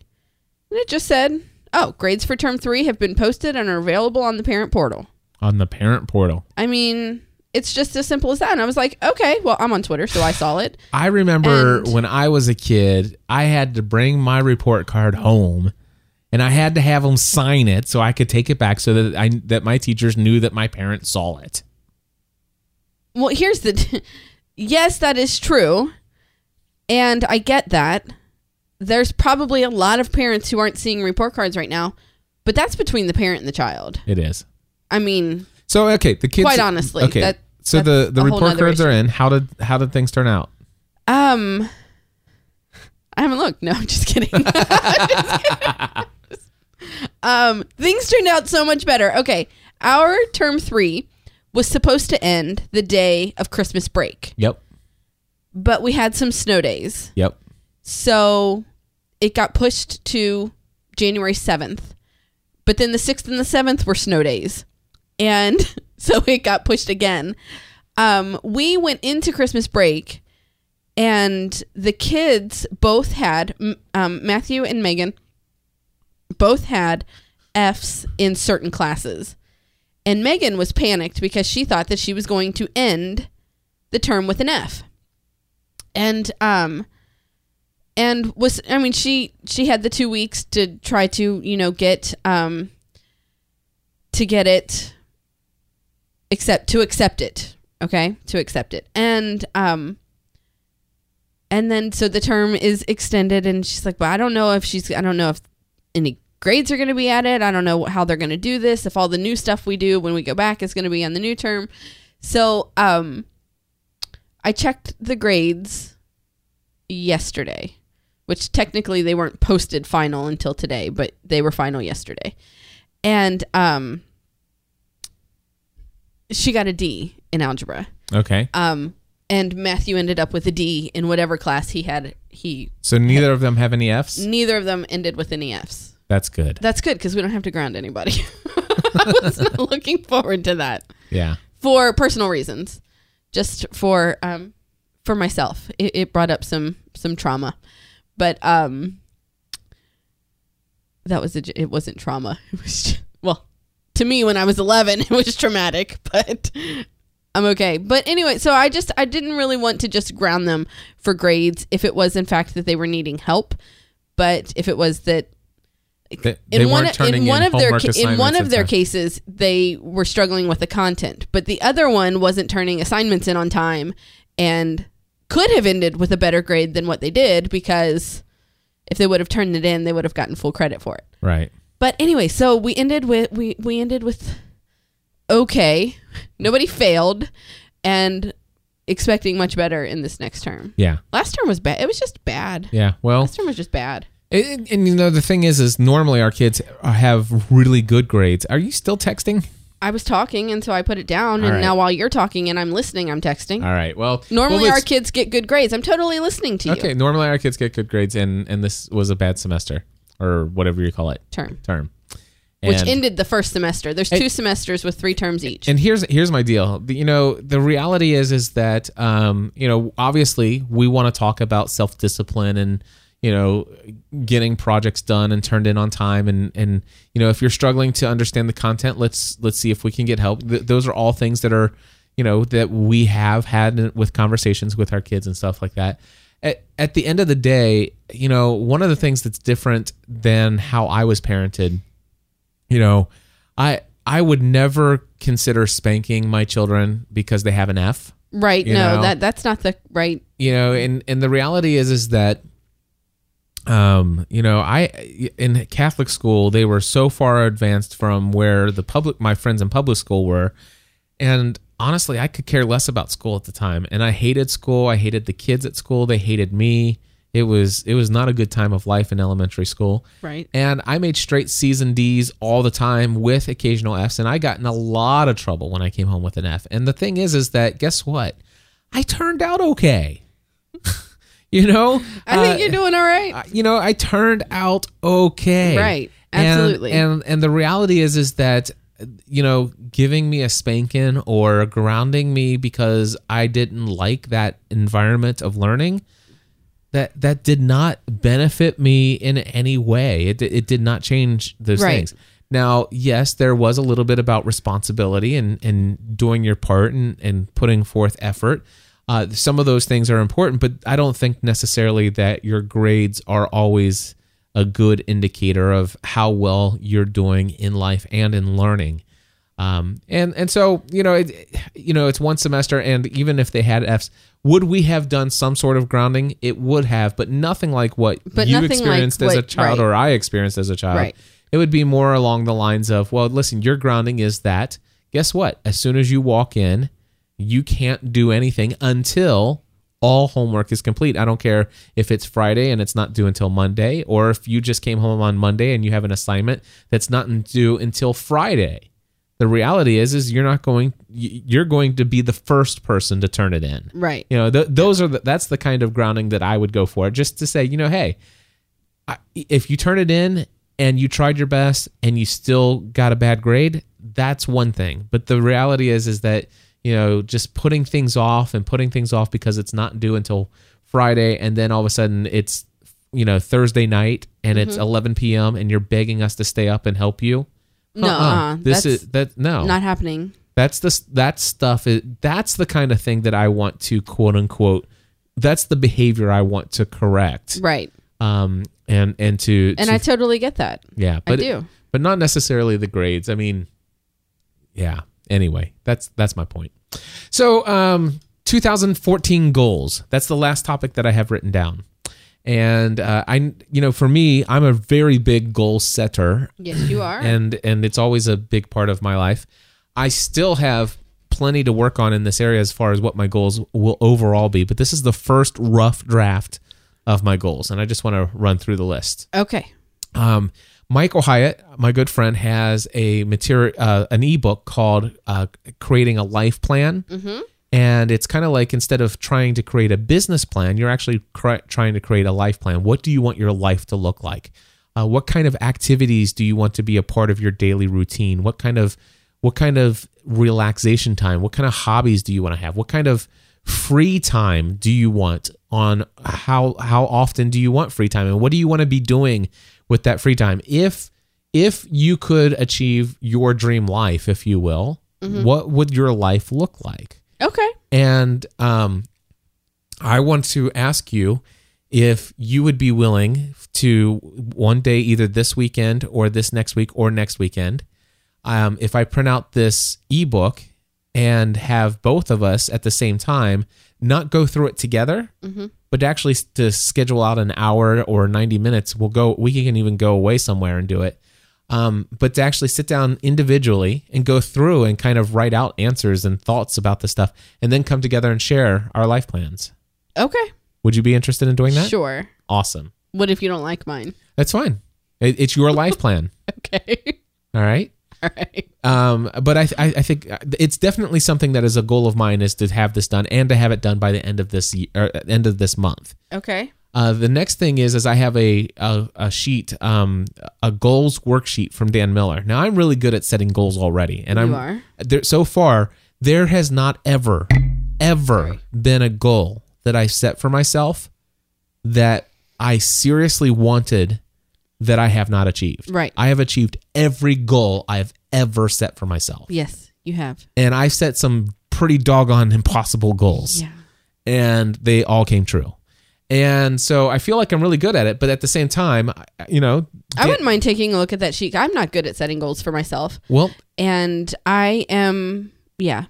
and it just said, "Oh, grades for term three have been posted and are available on the parent portal." on the parent portal. I mean, it's just as simple as that. And I was like, okay, well, I'm on Twitter, so I saw it. I remember And- when I was a kid, I had to bring my report card home and I had to have them sign it so I could take it back so that I that my teachers knew that my parents saw it. Well, here's the *laughs* yes, that is true. And I get that. There's probably a lot of parents who aren't seeing report cards right now, but that's between the parent and the child. It is. I mean, So okay, the kids Quite honestly, Okay. that- so the that's the a whole report nother cards are issue. in. How did how did things turn out? um, I haven't looked. No, *laughs* I'm just kidding. um, things turned out so much better. Okay, our term three was supposed to end the day of Christmas break, Yep. but we had some snow days. Yep. So it got pushed to January 7th. But then the 6th and the 7th were snow days. And *laughs* so it got pushed again. Um, we went into Christmas break and the kids both had, m- um, Matthew and Megan both had F's in certain classes. And Megan was panicked because she thought that she was going to end the term with an F. And um, and was I mean she she had the two weeks to try to you know get um to get it accept to accept it okay to accept it and um and then so the term is extended and she's like well I don't know if she's I don't know if any grades are going to be added I don't know how they're going to do this if all the new stuff we do when we go back is going to be on the new term so um I checked the grades yesterday, which technically they weren't posted final until today, but they were final yesterday. And um, she got a D in algebra. Okay. Um, and Matthew ended up with a D in whatever class he had. He so neither of them have any Fs. neither of them ended with any Fs. That's good. That's good because we don't have to ground anybody. *laughs* I was not looking forward to that yeah. for personal reasons, just for um, for myself. It, it brought up some some trauma, but um, that was a, j- it wasn't trauma. *laughs* It was just, well, to me when I was eleven, *laughs* it was traumatic, but I'm okay. But anyway, so I just I didn't really want to just ground them for grades if it was in fact that they were needing help, but if it was that They, they weren't turning in, of their homework ca- in assignments one of in their time. cases they were struggling with the content but the other one wasn't turning assignments in on time and could have ended with a better grade than what they did because if they would have turned it in they would have gotten full credit for it Right. but anyway so we ended with we we ended with okay nobody failed and expecting much better in this next term Yeah. last term was bad it was just bad Yeah. Well, last term was just bad and, and you know the thing is, is normally our kids have really good grades. Are you still texting? I was talking, and so I put it down. All and right. now, while you're talking and I'm listening, I'm texting. All right. Well, Normally, well, our let's- kids get good grades. I'm totally listening to you. Okay. Normally our kids get good grades, and and this was a bad semester or whatever you call it Term, term, which And- ended the first semester. There's And- two semesters with three terms each. And here's here's my deal. The- You know, the reality is is that um, you know, obviously we want to talk about self discipline and you know, getting projects done and turned in on time and and you know, if you're struggling to understand the content, let's let's see if we can get help. Th- those are all things that are you know that we have had with conversations with our kids and stuff like that at, at the end of the day you know one of the things that's different than how i was parented you know, I I would never consider spanking my children because they have an F. right? you No, know. that that's not the right. You know, and and the reality is is that um, you know, I in Catholic school they were so far advanced from where the public my friends in public school were and honestly, I could care less about school at the time. And I hated school. I hated the kids at school. They hated me. It was it was not a good time of life in elementary school. Right. And I made straight C's and D's all the time with occasional F's. And I got in a lot of trouble when I came home with an F. And the thing is, is that guess what? I turned out okay. you know, I Uh, think you're doing all right. I- you know, I turned out okay. Right. And- Absolutely. And and, the reality is is that you know, giving me a spanking or grounding me because I didn't like that environment of learning that that did not benefit me in any way. It di- it did not change those Right. things. Now, yes, there was a little bit about responsibility and, and doing your part and, and putting forth effort. Uh, some of those things are important, but I don't think necessarily that your grades are always a good indicator of how well you're doing in life and in learning. Um, and and so you know it, you know it's one semester, and even if they had Fs, would we have done some sort of grounding? It would have, but nothing like what But you nothing like experienced as a what- child right. or I experienced as a child. Right. It would be more along the lines of, well, listen, your grounding is that. Guess what? As soon as you walk in, you can't do anything until all homework is complete. I don't care if it's Friday and it's not due until Monday, or if you just came home on Monday and you have an assignment that's not due until Friday. The reality is, is you're not going. y- You're going to be the first person to turn it in. Right. You know, th- those are the, that's the kind of grounding that I would go for, just to say, you know, hey, I, if you turn it in and you tried your best and you still got a bad grade, that's one thing. But the reality is, is that you know, just putting things off and putting things off because it's not due until Friday, and then all of a sudden it's you know Thursday night and it's Mm-hmm. 11 p.m. and you're begging us to stay up and help you. No, uh-uh. this That's is that no Not happening. that's the that stuff is that's the kind of thing that I want to quote unquote. That's the behavior I want to correct. Right. Um and and to And to- I totally get that. yeah, but do. but not necessarily the grades. I mean, yeah. Anyway, that's that's my point. So, um, 2014 goals. That's the last topic that I have written down. And uh, I, you know, for me, I'm a very big goal setter Yes, you are. and and it's always a big part of my life. I still have plenty to work on in this area as far as what my goals will overall be, but this is the first rough draft of my goals, and I just want to run through the list. okay. Um, Michael Hyatt, my good friend, has a material, uh, an ebook called uh, "Creating a Life Plan," and it's kind of like instead of trying to create a business plan, you're actually cr- trying to create a life plan. What do you want your life to look like? Uh, what kind of activities do you want to be a part of your daily routine? What kind of what kind of relaxation time? What kind of hobbies do you want to have? What kind of free time do you want on how how often do you want free time and what do you want to be doing with that free time if if you could achieve your dream life if you will what would your life look like Okay. and um, I want to ask you if you would be willing to one day, either this weekend or this next week or next weekend, um, if I print out this ebook and have both of us at the same time, not go through it together, but actually s- to schedule out an hour or 90 minutes, we'll go, we can even go away somewhere and do it. Um, but to actually sit down individually and go through and kind of write out answers and thoughts about the stuff and then come together and share our life plans. Okay. Would you be interested in doing that? Sure. Awesome. What if you don't *laughs* like mine? That's fine. It, it's your life plan. Okay. All right. All right. Um, but I, I, I think uh, it's definitely something that is a goal of mine is to have this done and to have it done by the end of this year, or uh, end of this month. Okay. Uh, the next thing is, is I have a a, a sheet, um, a goals worksheet from Dan Miller. Now I'm really good at setting goals already, and I'm are. there. So far, there has not ever, ever been a goal that I set for myself that I seriously wanted that I have not achieved. Right. I have achieved every goal I've ever set for myself, Yes, you have. and I've set some pretty doggone *laughs* impossible goals Yeah. and they all came true. And so I feel like I'm really good at it, but at the same time, I- you know, I Dan- wouldn't mind taking a look at that sheet. I'm not good at setting goals for myself. well, And I am, yeah,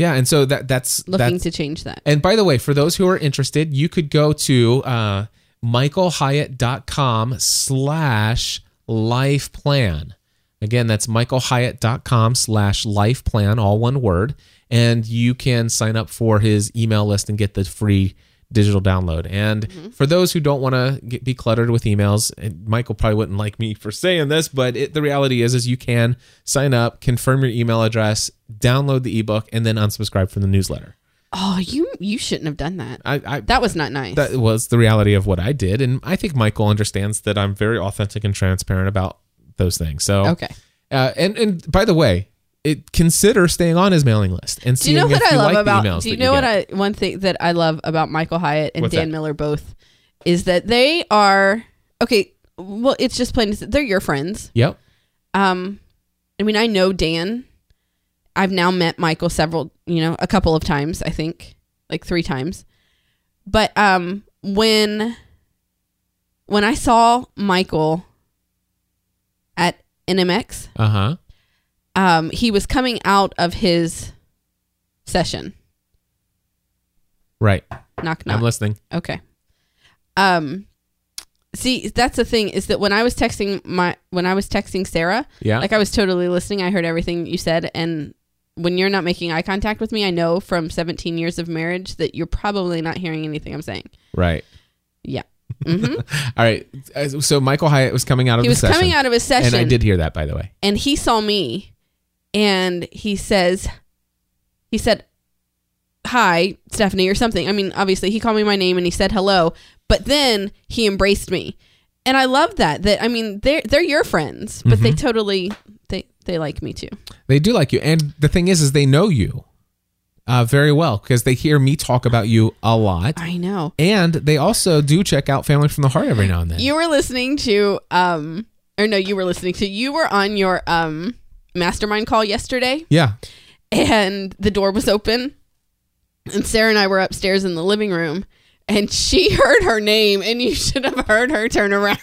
yeah, and so that that's looking that's, to change that. And by the way, for those who are interested, you could go to uh, michaelhyatt.com slash life plan. Again, that's michaelhyatt.com slash life plan, all one word. And you can sign up for his email list and get the free digital download. And for those who don't want to be cluttered with emails, and Michael probably wouldn't like me for saying this, but it, the reality is, is you can sign up, confirm your email address, download the ebook, and then unsubscribe from the newsletter. Oh, you you shouldn't have done that. I, I That was not nice. that was the reality of what I did, and I think Michael understands that I'm very authentic and transparent about those things. So Okay. uh, and and by the way, it consider staying on his mailing list and do seeing you know what if I you love like about? the emails. do you that know what get. I one thing that I love about Michael Hyatt and What's Dan that? Miller both is that they are okay. Well, it's just plain. to say- They're your friends. Yep. Um, I mean, I know Dan. I've now met Michael several, you know, a couple of times, I think, like three times. But um, when when I saw Michael at NMX, Uh huh. um, he was coming out of his session. Right. Knock knock. I'm listening. Okay. Um see that's the thing is that when I was texting my when I was texting Sarah, Yeah. like I was totally listening. I heard everything you said and when you're not making eye contact with me, I know from 17 years of marriage that you're probably not hearing anything I'm saying. Right. Yeah. All right. Uh, So Michael Hyatt was coming out of He the was session. coming out of his session and I did hear that by the way. and he saw me and he says he said hi stephanie or something i mean obviously he called me my name and he said hello but then he embraced me and i love that that i mean they're they're your friends but they totally they they like me too They do like you, and the thing is, is they know you uh, very well because they hear me talk about you a lot, i know and they also do check out Family from the Heart every now and then. you were listening to um or no you were listening to you were on your um mastermind call yesterday yeah, and the door was open and sarah and i were upstairs in the living room and she *laughs* heard her name and you should have heard her turn around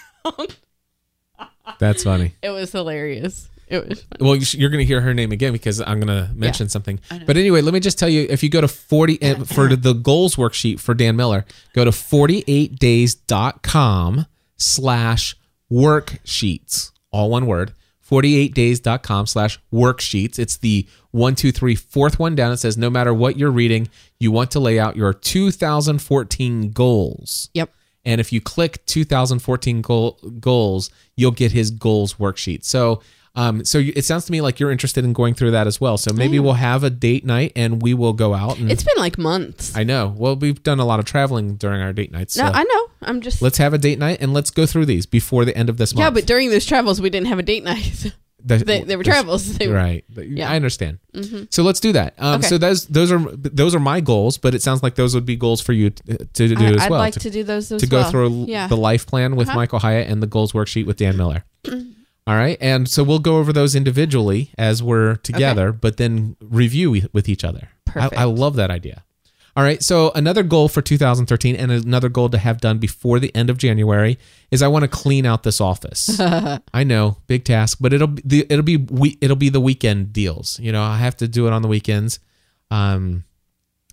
that's funny. it was hilarious it was fun. Well, you sh- you're going to hear her name again because I'm going to mention something. But anyway, let me just tell you if you go to 40 and for the goals worksheet for Dan Miller, go to 48days.com slash worksheets, all one word. 48days.com slash worksheets. It's the one, two, three, fourth one down. It says, no matter what you're reading, you want to lay out your 2014 goals. yep And if you click 2014 goal, goals, you'll get his goals worksheet. So, um, so you- it sounds to me like you're interested in going through that as well. So maybe we'll have a date night and we will go out. And Mm. it's been like months Mm. I know. Well, we've done a lot of traveling during our date nights. So no i know i'm just let's have a date night and let's go through these before the end of this yeah month. but during those travels we didn't have a date night *laughs* The- they, they were the- travels they were, right. Yeah. Mm-hmm. I understand. So let's do that. Um, Okay. So those those are those are my goals, but it sounds like those would be goals for you to, to do I, as i'd well. like to- to, do those as to go well. through yeah Uh-huh. the life plan with Michael Hyatt and the goals worksheet with Dan *clears throat* Miller. Mm. All right, and so we'll go over those individually as we're together, but then review we- with each other. I- Perfect. I, love that idea. All right, so another goal for 2013 and another goal to have done before the end of January is I want to clean out this *laughs* office. I know, big task, but it'll be the, it'll be we, it'll be the weekend deals. You know, I have to do it on the weekends, um,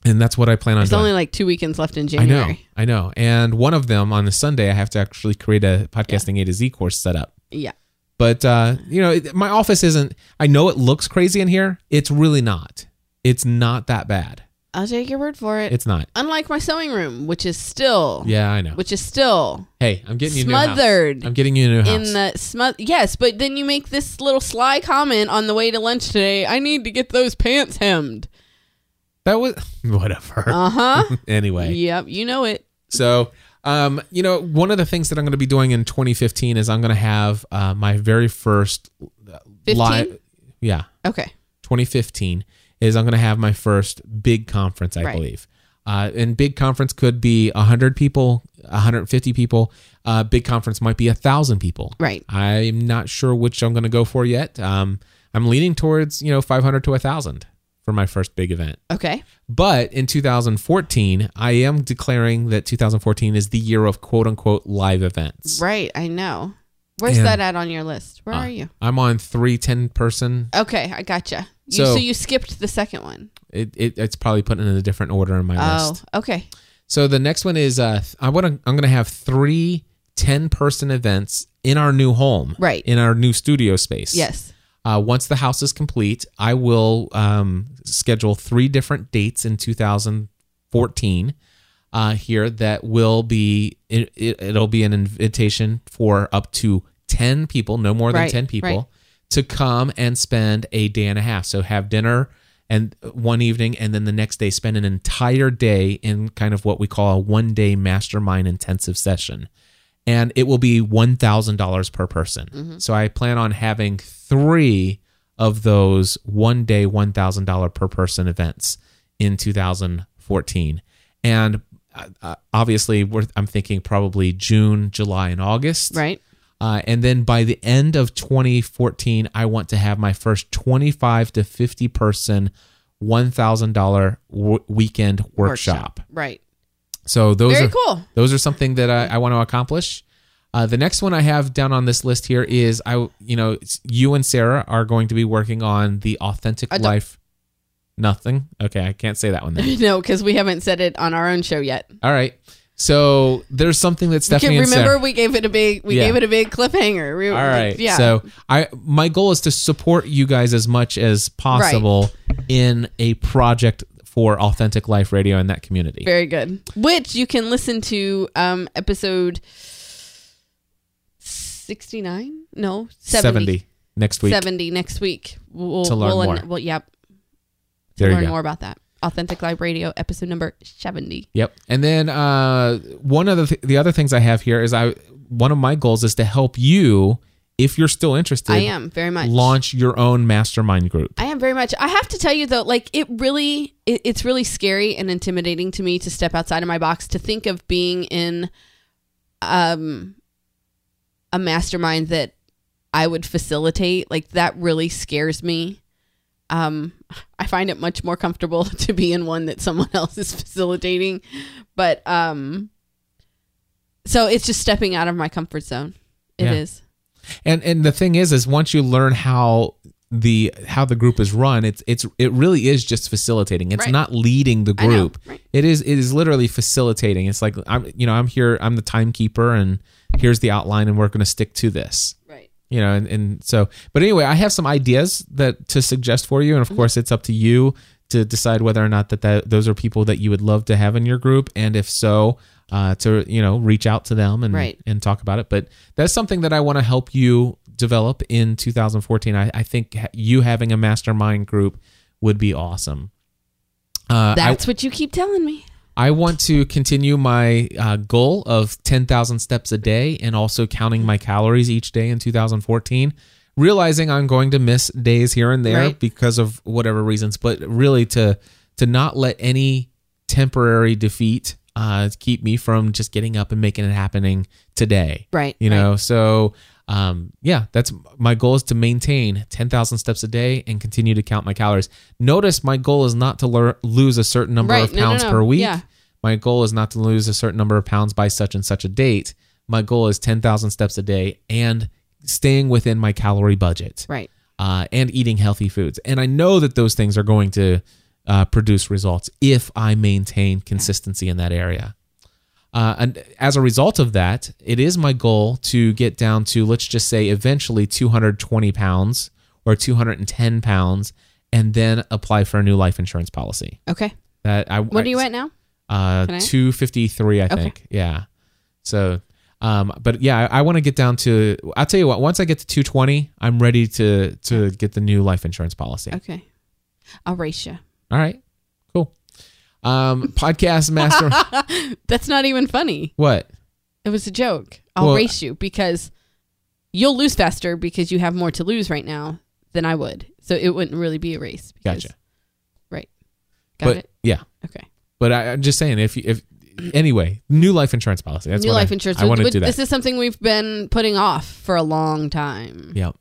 and that's what I plan on there's doing. only like two weekends left in I january know, I know. And one of them on a Sunday, I have to actually create a podcasting A to Z course set up. yeah But uh, you know, it- my office isn't. I know it looks crazy in here. It's really not. It's not that bad. i'll take your word for it It's not. unlike my sewing room which is still Yeah, I know. which is still Hey, I'm getting you a new house. Smothered I'm getting you a new house. in the smut. Yes, but then you make this little sly comment on the way to lunch today. I need to get those pants hemmed. that was *laughs* whatever. Uh *laughs* huh. *laughs* anyway, yep, you know it. So, um, you know, one of the things that I'm going to be doing in 2015 is I'm going to have uh, my very first 15? live. Yeah, Okay. 2015 is I'm going to have my first big conference, I Right. believe. Uh, and big conference could be 100 people, 150 people. Uh, big conference might be 1,000 people. Right. I'm not sure which I'm going to go for yet. Um, I'm leaning towards, you know, 500 to 1,000 for my first big event. Okay. But in 2014, I am declaring that 2014 is the year of quote unquote live events. Right. I know. Where's And- Ah. that at on your list? Where are you? Uh, I'm on three 10 person. Okay, I gotcha. You, so, So- you skipped the second one. It, it, it's probably put in a different order in my list. Oh, okay. So the next one is uh th- I want to I'm going to have three 10 person events in our new home. Right. In our new studio space. Yes. Uh, once the house is complete, I will um, schedule three different dates in 2014 uh, here that will be it, it, it'll be an invitation for up to 10 people, no more than Right, 10 people, right. to come and spend a day and a half. So have dinner and one evening, and then the next day spend an entire day in kind of what we call a one day mastermind intensive session and it will be $1,000 per person. Mm-hmm. So I plan on having three of those one day $1,000 per person events in 2014. And uh, uh, obviously, we're, I'm thinking probably June, July, and August. Right. Uh, and then by the end of 2014, I want to have my first 25 to 50 person $1,000 w- weekend workshop. Right. So those Very are cool. *laughs* Those are something that I, I want to accomplish. Uh, the next one I have down on this list here is I, you know, it's- you and Sarah are going to be working on the authentic I don't- life. Nothing. Okay, I can't say that one. Then. *laughs* No, because we haven't said it on our own show yet. All right. So there's something that Can- Stephanie and Sarah. remember, we gave it a big we Yeah. gave it a big cliffhanger. We, All right. Yeah. So I my goal is to support you guys as much as possible in a project for Authentic Life Radio and that community. Very good. Which you can listen to um episode 69? No, 70. next week. 70 next week. We'll, To learn we'll, more. Well, yep. To There you learn go. more about that. Authentic Live Radio episode number 70. Yep. And then uh, one of the th- the other things I have here is I one of my goals is to help you if you're still interested. I am very much. Launch your own mastermind group. I am very much. I have to tell you though, like it really, it, it's really scary and intimidating to me to step outside of my box to think of being in, um, a mastermind that I would facilitate. Like that really scares me. Um, I find it much more comfortable *laughs* to be in one that someone *laughs* else is facilitating, but um, so it's just stepping out of my comfort zone. It Yeah. is. And and the thing is, is once you learn how the how the group is run, it's it's it really is just facilitating. It's Right. not leading the I know, group. right. It is it is literally facilitating. It's like I'm you know I'm here I'm the timekeeper and here's the outline and we're going to stick to this. right. you know and, and so but anyway i have some ideas that to suggest for you and of Mm-hmm. course it's up to you to decide whether or not that, that those are people that you would love to have in your group and if so uh, to you know reach out to them and Right. and talk about it but that's something that i want to help you develop in 2014 i, I think ha- you having a mastermind group would be awesome uh, I, That's what you keep telling me. I want to continue my uh, goal of 10,000 steps a day and also counting my calories each day in 2014, realizing I'm going to miss days here and there Right. because of whatever reasons, but really to to not let any temporary defeat uh, keep me from just getting up and making it happening today. Right, You know, so um, yeah, that's my goal is to maintain 10,000 steps a day and continue to count my calories. Notice my goal is not to lear- lose a certain number Right, of no, no, pounds no, per week. yeah. My goal is not to lose a certain number of pounds by such and such a date. My goal is 10,000 steps a day and staying within my calorie budget Right. uh, and eating healthy foods. And I know that those things are going to uh, produce results if I maintain consistency in that area. Uh, and as a result of that, it is my goal to get down to, let's just say, eventually 220 pounds or 210 pounds, and then apply for a new life insurance policy. Okay. That I What are you at now? uh, Can I? 253, I think. Yeah. So, um, but yeah, I, I want to get down to. I'll tell you what. Once I get to 220, I'm ready to to get the new life insurance policy. Okay. I'll race you. All right. Cool. Um, podcast *laughs* master. That's not even funny. what? It was a joke. I'll Well- race you because you'll lose faster because you have more to lose right now than I would. So it wouldn't really be a race. Because, Gotcha. Right. Got But it. yeah. Okay. But I, I'm just saying, if you- if anyway, new life insurance policy. That's New what I, life insurance. I want to Would- do that. This is something we've been putting off for a long time. Yep.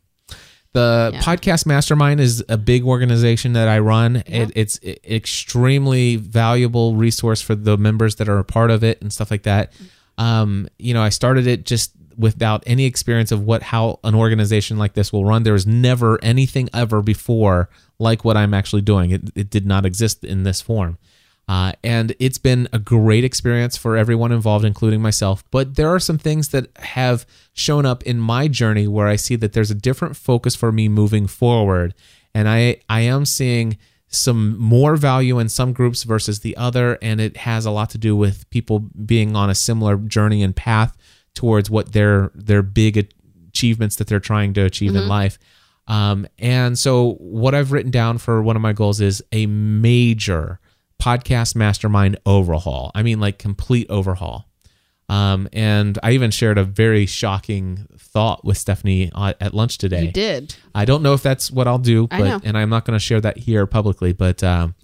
The Mm-hmm. Yeah. podcast mastermind is a big organization that I run. It, it's e- extremely valuable resource for the members that are a part of it and stuff like that. Um, you know, I started it just without any experience of what how an organization like this will run. There was never anything ever before like what I'm actually doing. It, it did not exist in this form. Uh, and it's been a great experience for everyone involved, including myself. But there are some things that have shown up in my journey where I see that there's a different focus for me moving forward. And I, I am seeing some more value in some groups versus the other. And it has a lot to do with people being on a similar journey and path towards what their, their big achievements that they're trying to achieve in life. Um, and so, what I've written down for one of my goals is a major podcast mastermind overhaul. I mean, like complete overhaul. Um, and I even shared a very shocking thought with Stephanie at, at lunch today. You did. I don't know if that's what I'll do, I but know. and I'm not going to share that here publicly. But um,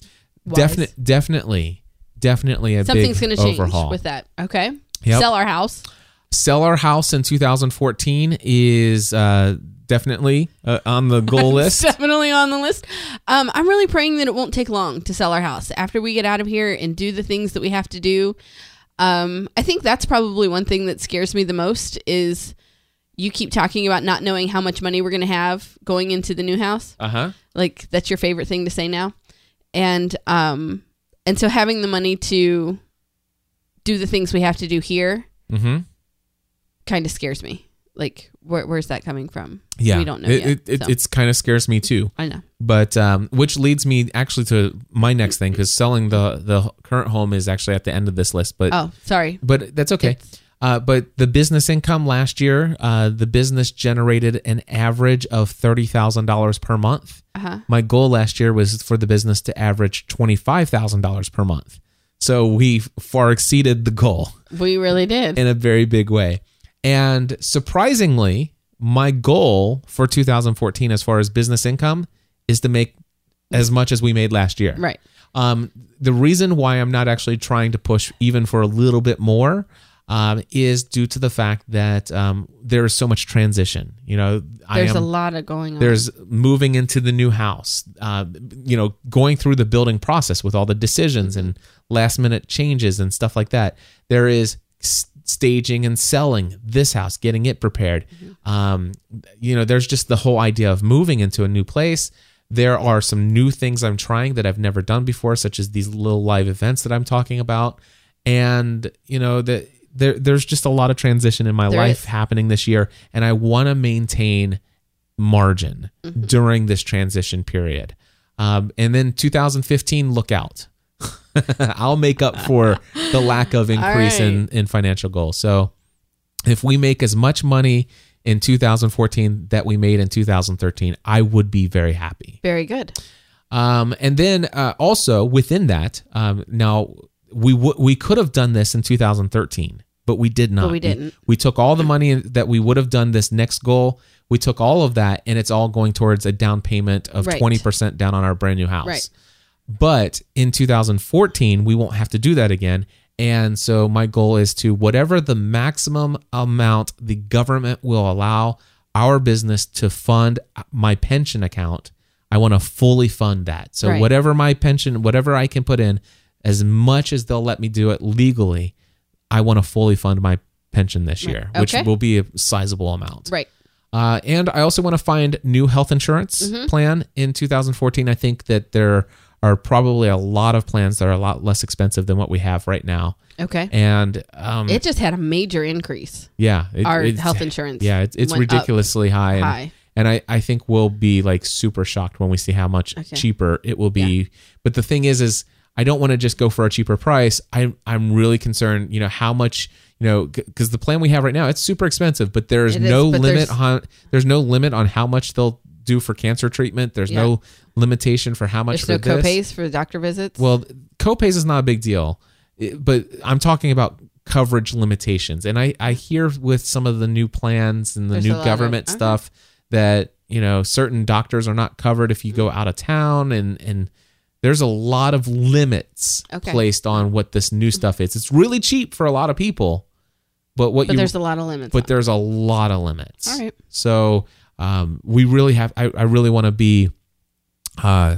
Wise. definitely, definitely, definitely a Something's big going to change overhaul. with that. Okay. Yep. Sell our house. Sell Our House in 2014 is uh, definitely uh, on the *laughs* goal list. Definitely on the list. Um, I'm really praying that it won't take long to sell our house after we get out of here and do the things that we have to do. Um, I think that's probably one thing that scares me the most is you keep talking about not knowing how much money we're going to have going into the new house. Uh huh. like that's your favorite thing to say now and um and so having the money to do the things we have to do here Mhm. kind of scares me like where, where's that coming from Yeah. we don't know It, yet, it, it, so. It's kind of scares me too. i know But um, which leads me actually to my next thing because selling the the current home is actually at the end of this list. But oh sorry but that's okay. Uh, but the business income last year, uh, the business generated an average of thirty thousand dollars per month. Uh-huh. My goal last year was for the business to average twenty five thousand dollars per month. So we far exceeded the goal we really did in a very big way. And surprisingly, my goal for 2014, as far as business income, is to make as much as we made last year. right Um, the reason why I'm not actually trying to push even for a little bit more um, is due to the fact that um, there is so much transition. You know, I there's am a lot of going on there's moving into the new house uh, you know going through the building process with all the decisions and last minute changes and stuff like that there is s- staging and selling this house getting it prepared um, you know there's just the whole idea of moving into a new place there are some new things i'm trying that i've never done before such as these little live events that i'm talking about and you know that there, there's just a lot of transition in my There life is. happening this year and i want to maintain margin Mm-hmm. during this transition period. Um, and then 2015, look out. *laughs* I'll make up for the lack *laughs* of increase in, in financial goals. So if we make as much money in 2014 that we made in 2013, I would be very happy. very good Um, and then uh, also within that, um, now we w- we could have done this in 2013, but we did not. we didn't. We, took all the money that we would have done this next goal. We took all of that, and it's all going towards a down payment of Right. 20% down on our brand new house. Right. But in 2014, we won't have to do that again. And so my goal is to whatever the maximum amount the government will allow our business to fund my pension account, I want to fully fund that. So Right. whatever my pension, whatever I can put in, as much as they'll let me do it legally, I want to fully fund my pension this year, which Okay. will be a sizable amount. right Uh, and I also want to find new health insurance plan in 2014. I think that there are probably a lot of plans that are a lot less expensive than what we have right now. okay And um, it just had a major increase yeah, it- our it's- health insurance Yeah, it's, it's went up ridiculously high. And, high. and I, I think we'll be like super shocked when we see how much Okay. cheaper it will be. But the thing is, is I don't want to just go for a cheaper price. I'm I'm really concerned, you know, how much, you know, because the plan we have right now it's super expensive, but there is It is, no but limit there's- on there's no limit on how much they'll do for cancer treatment. There's Yeah. no limitation for how much there's no for this. copays for doctor visits Well, copays is not a big deal, it- but I'm talking about coverage limitations. And I, I hear with some of the new plans and the There's a new lot of- government uh-huh. stuff that, you know, certain doctors are not covered if you go Mm-hmm. out of town and, and there's a lot of limits Okay. placed on what this new stuff is. It's really cheap for a lot of people, but what but you there's a lot of limits but on it. there's a lot of limits. All right. So um, we really have. I, I really want to be. Uh,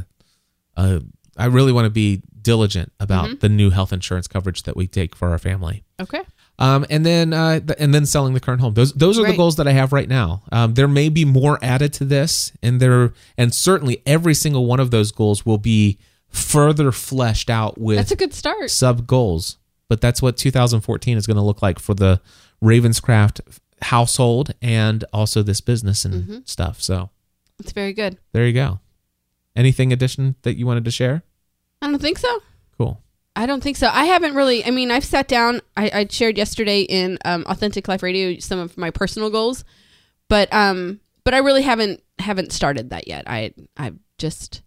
uh, I really want to be diligent about Mm-hmm. the new health insurance coverage that we take for our family. okay Um, and then uh, th- and then selling the current home. Those those are the Right. goals that I have right now. Um, there may be more added to this, and there and certainly every single one of those goals will be further fleshed out with that's a good start sub goals, but that's what 2014 is going to look like for the Ravenscraft household and also this business and Mm-hmm. stuff. So it's very good there you go. Anything addition that you wanted to share? i don't think so Cool. I don't think so. I haven't really. I mean, I've sat down. I, I shared yesterday in um, Authentic Life Radio some of my personal goals, but um, but I really haven't haven't started that yet. I I've just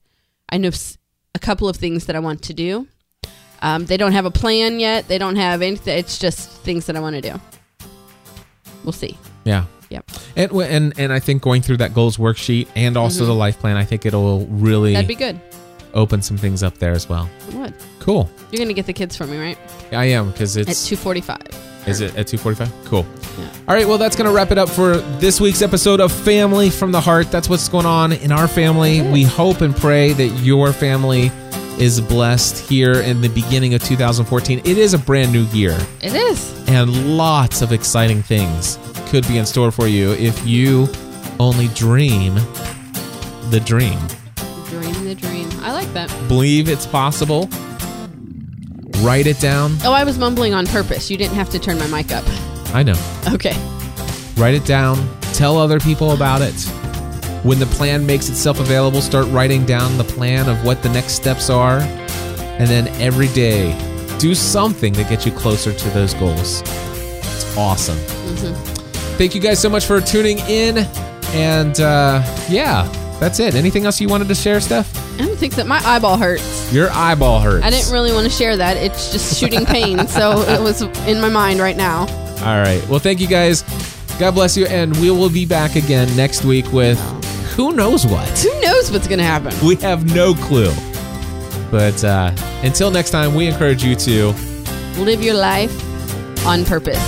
I know s- a couple of things that I want to do. Um, they don't have a plan yet. They don't have anything. It's just things that I want to do. We'll see. Yeah. Yep, And w- and and I think going through that goals worksheet and also the life plan, I think it'll really Mm-hmm. that'd be good. open some things up there as well. What? Cool. You're gonna get the kids for me, right? I am because At it's two forty-five. Is it at 2:45? Cool. All right, well that's going to wrap it up for this week's episode of Family from the Heart. That's what's going on in our family. We hope and pray that your family is blessed here in the beginning of 2014. It is a brand new year It is. and lots of exciting things could be in store for you if you only dream the dream. Dream the dream. I like that. Believe it's possible. Write it down. Oh, I was mumbling on purpose. You didn't have to turn my mic up. I know. Okay. Write it down. Tell other people about it. When the plan makes itself available, start writing down the plan of what the next steps are. And then every day, do something that gets you closer to those goals. It's awesome. Mm-hmm. Thank you guys so much for tuning in. And uh, yeah, that's it. Anything else you wanted to share, Steph? I don't think that my eyeball hurts. Your eyeball hurts. I didn't really want to share that. It's just shooting pain. so it was in my mind right now. All right. Well, thank you guys. God bless you. And we will be back again next week with who knows what. Who knows what's going to happen? We have no clue. But uh, until next time, we encourage you to. Live your life on purpose.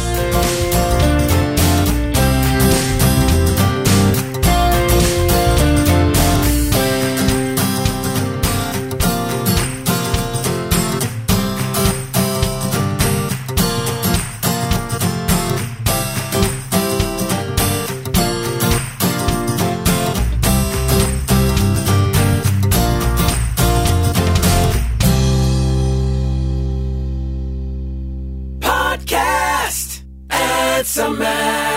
Podcast. It's a man.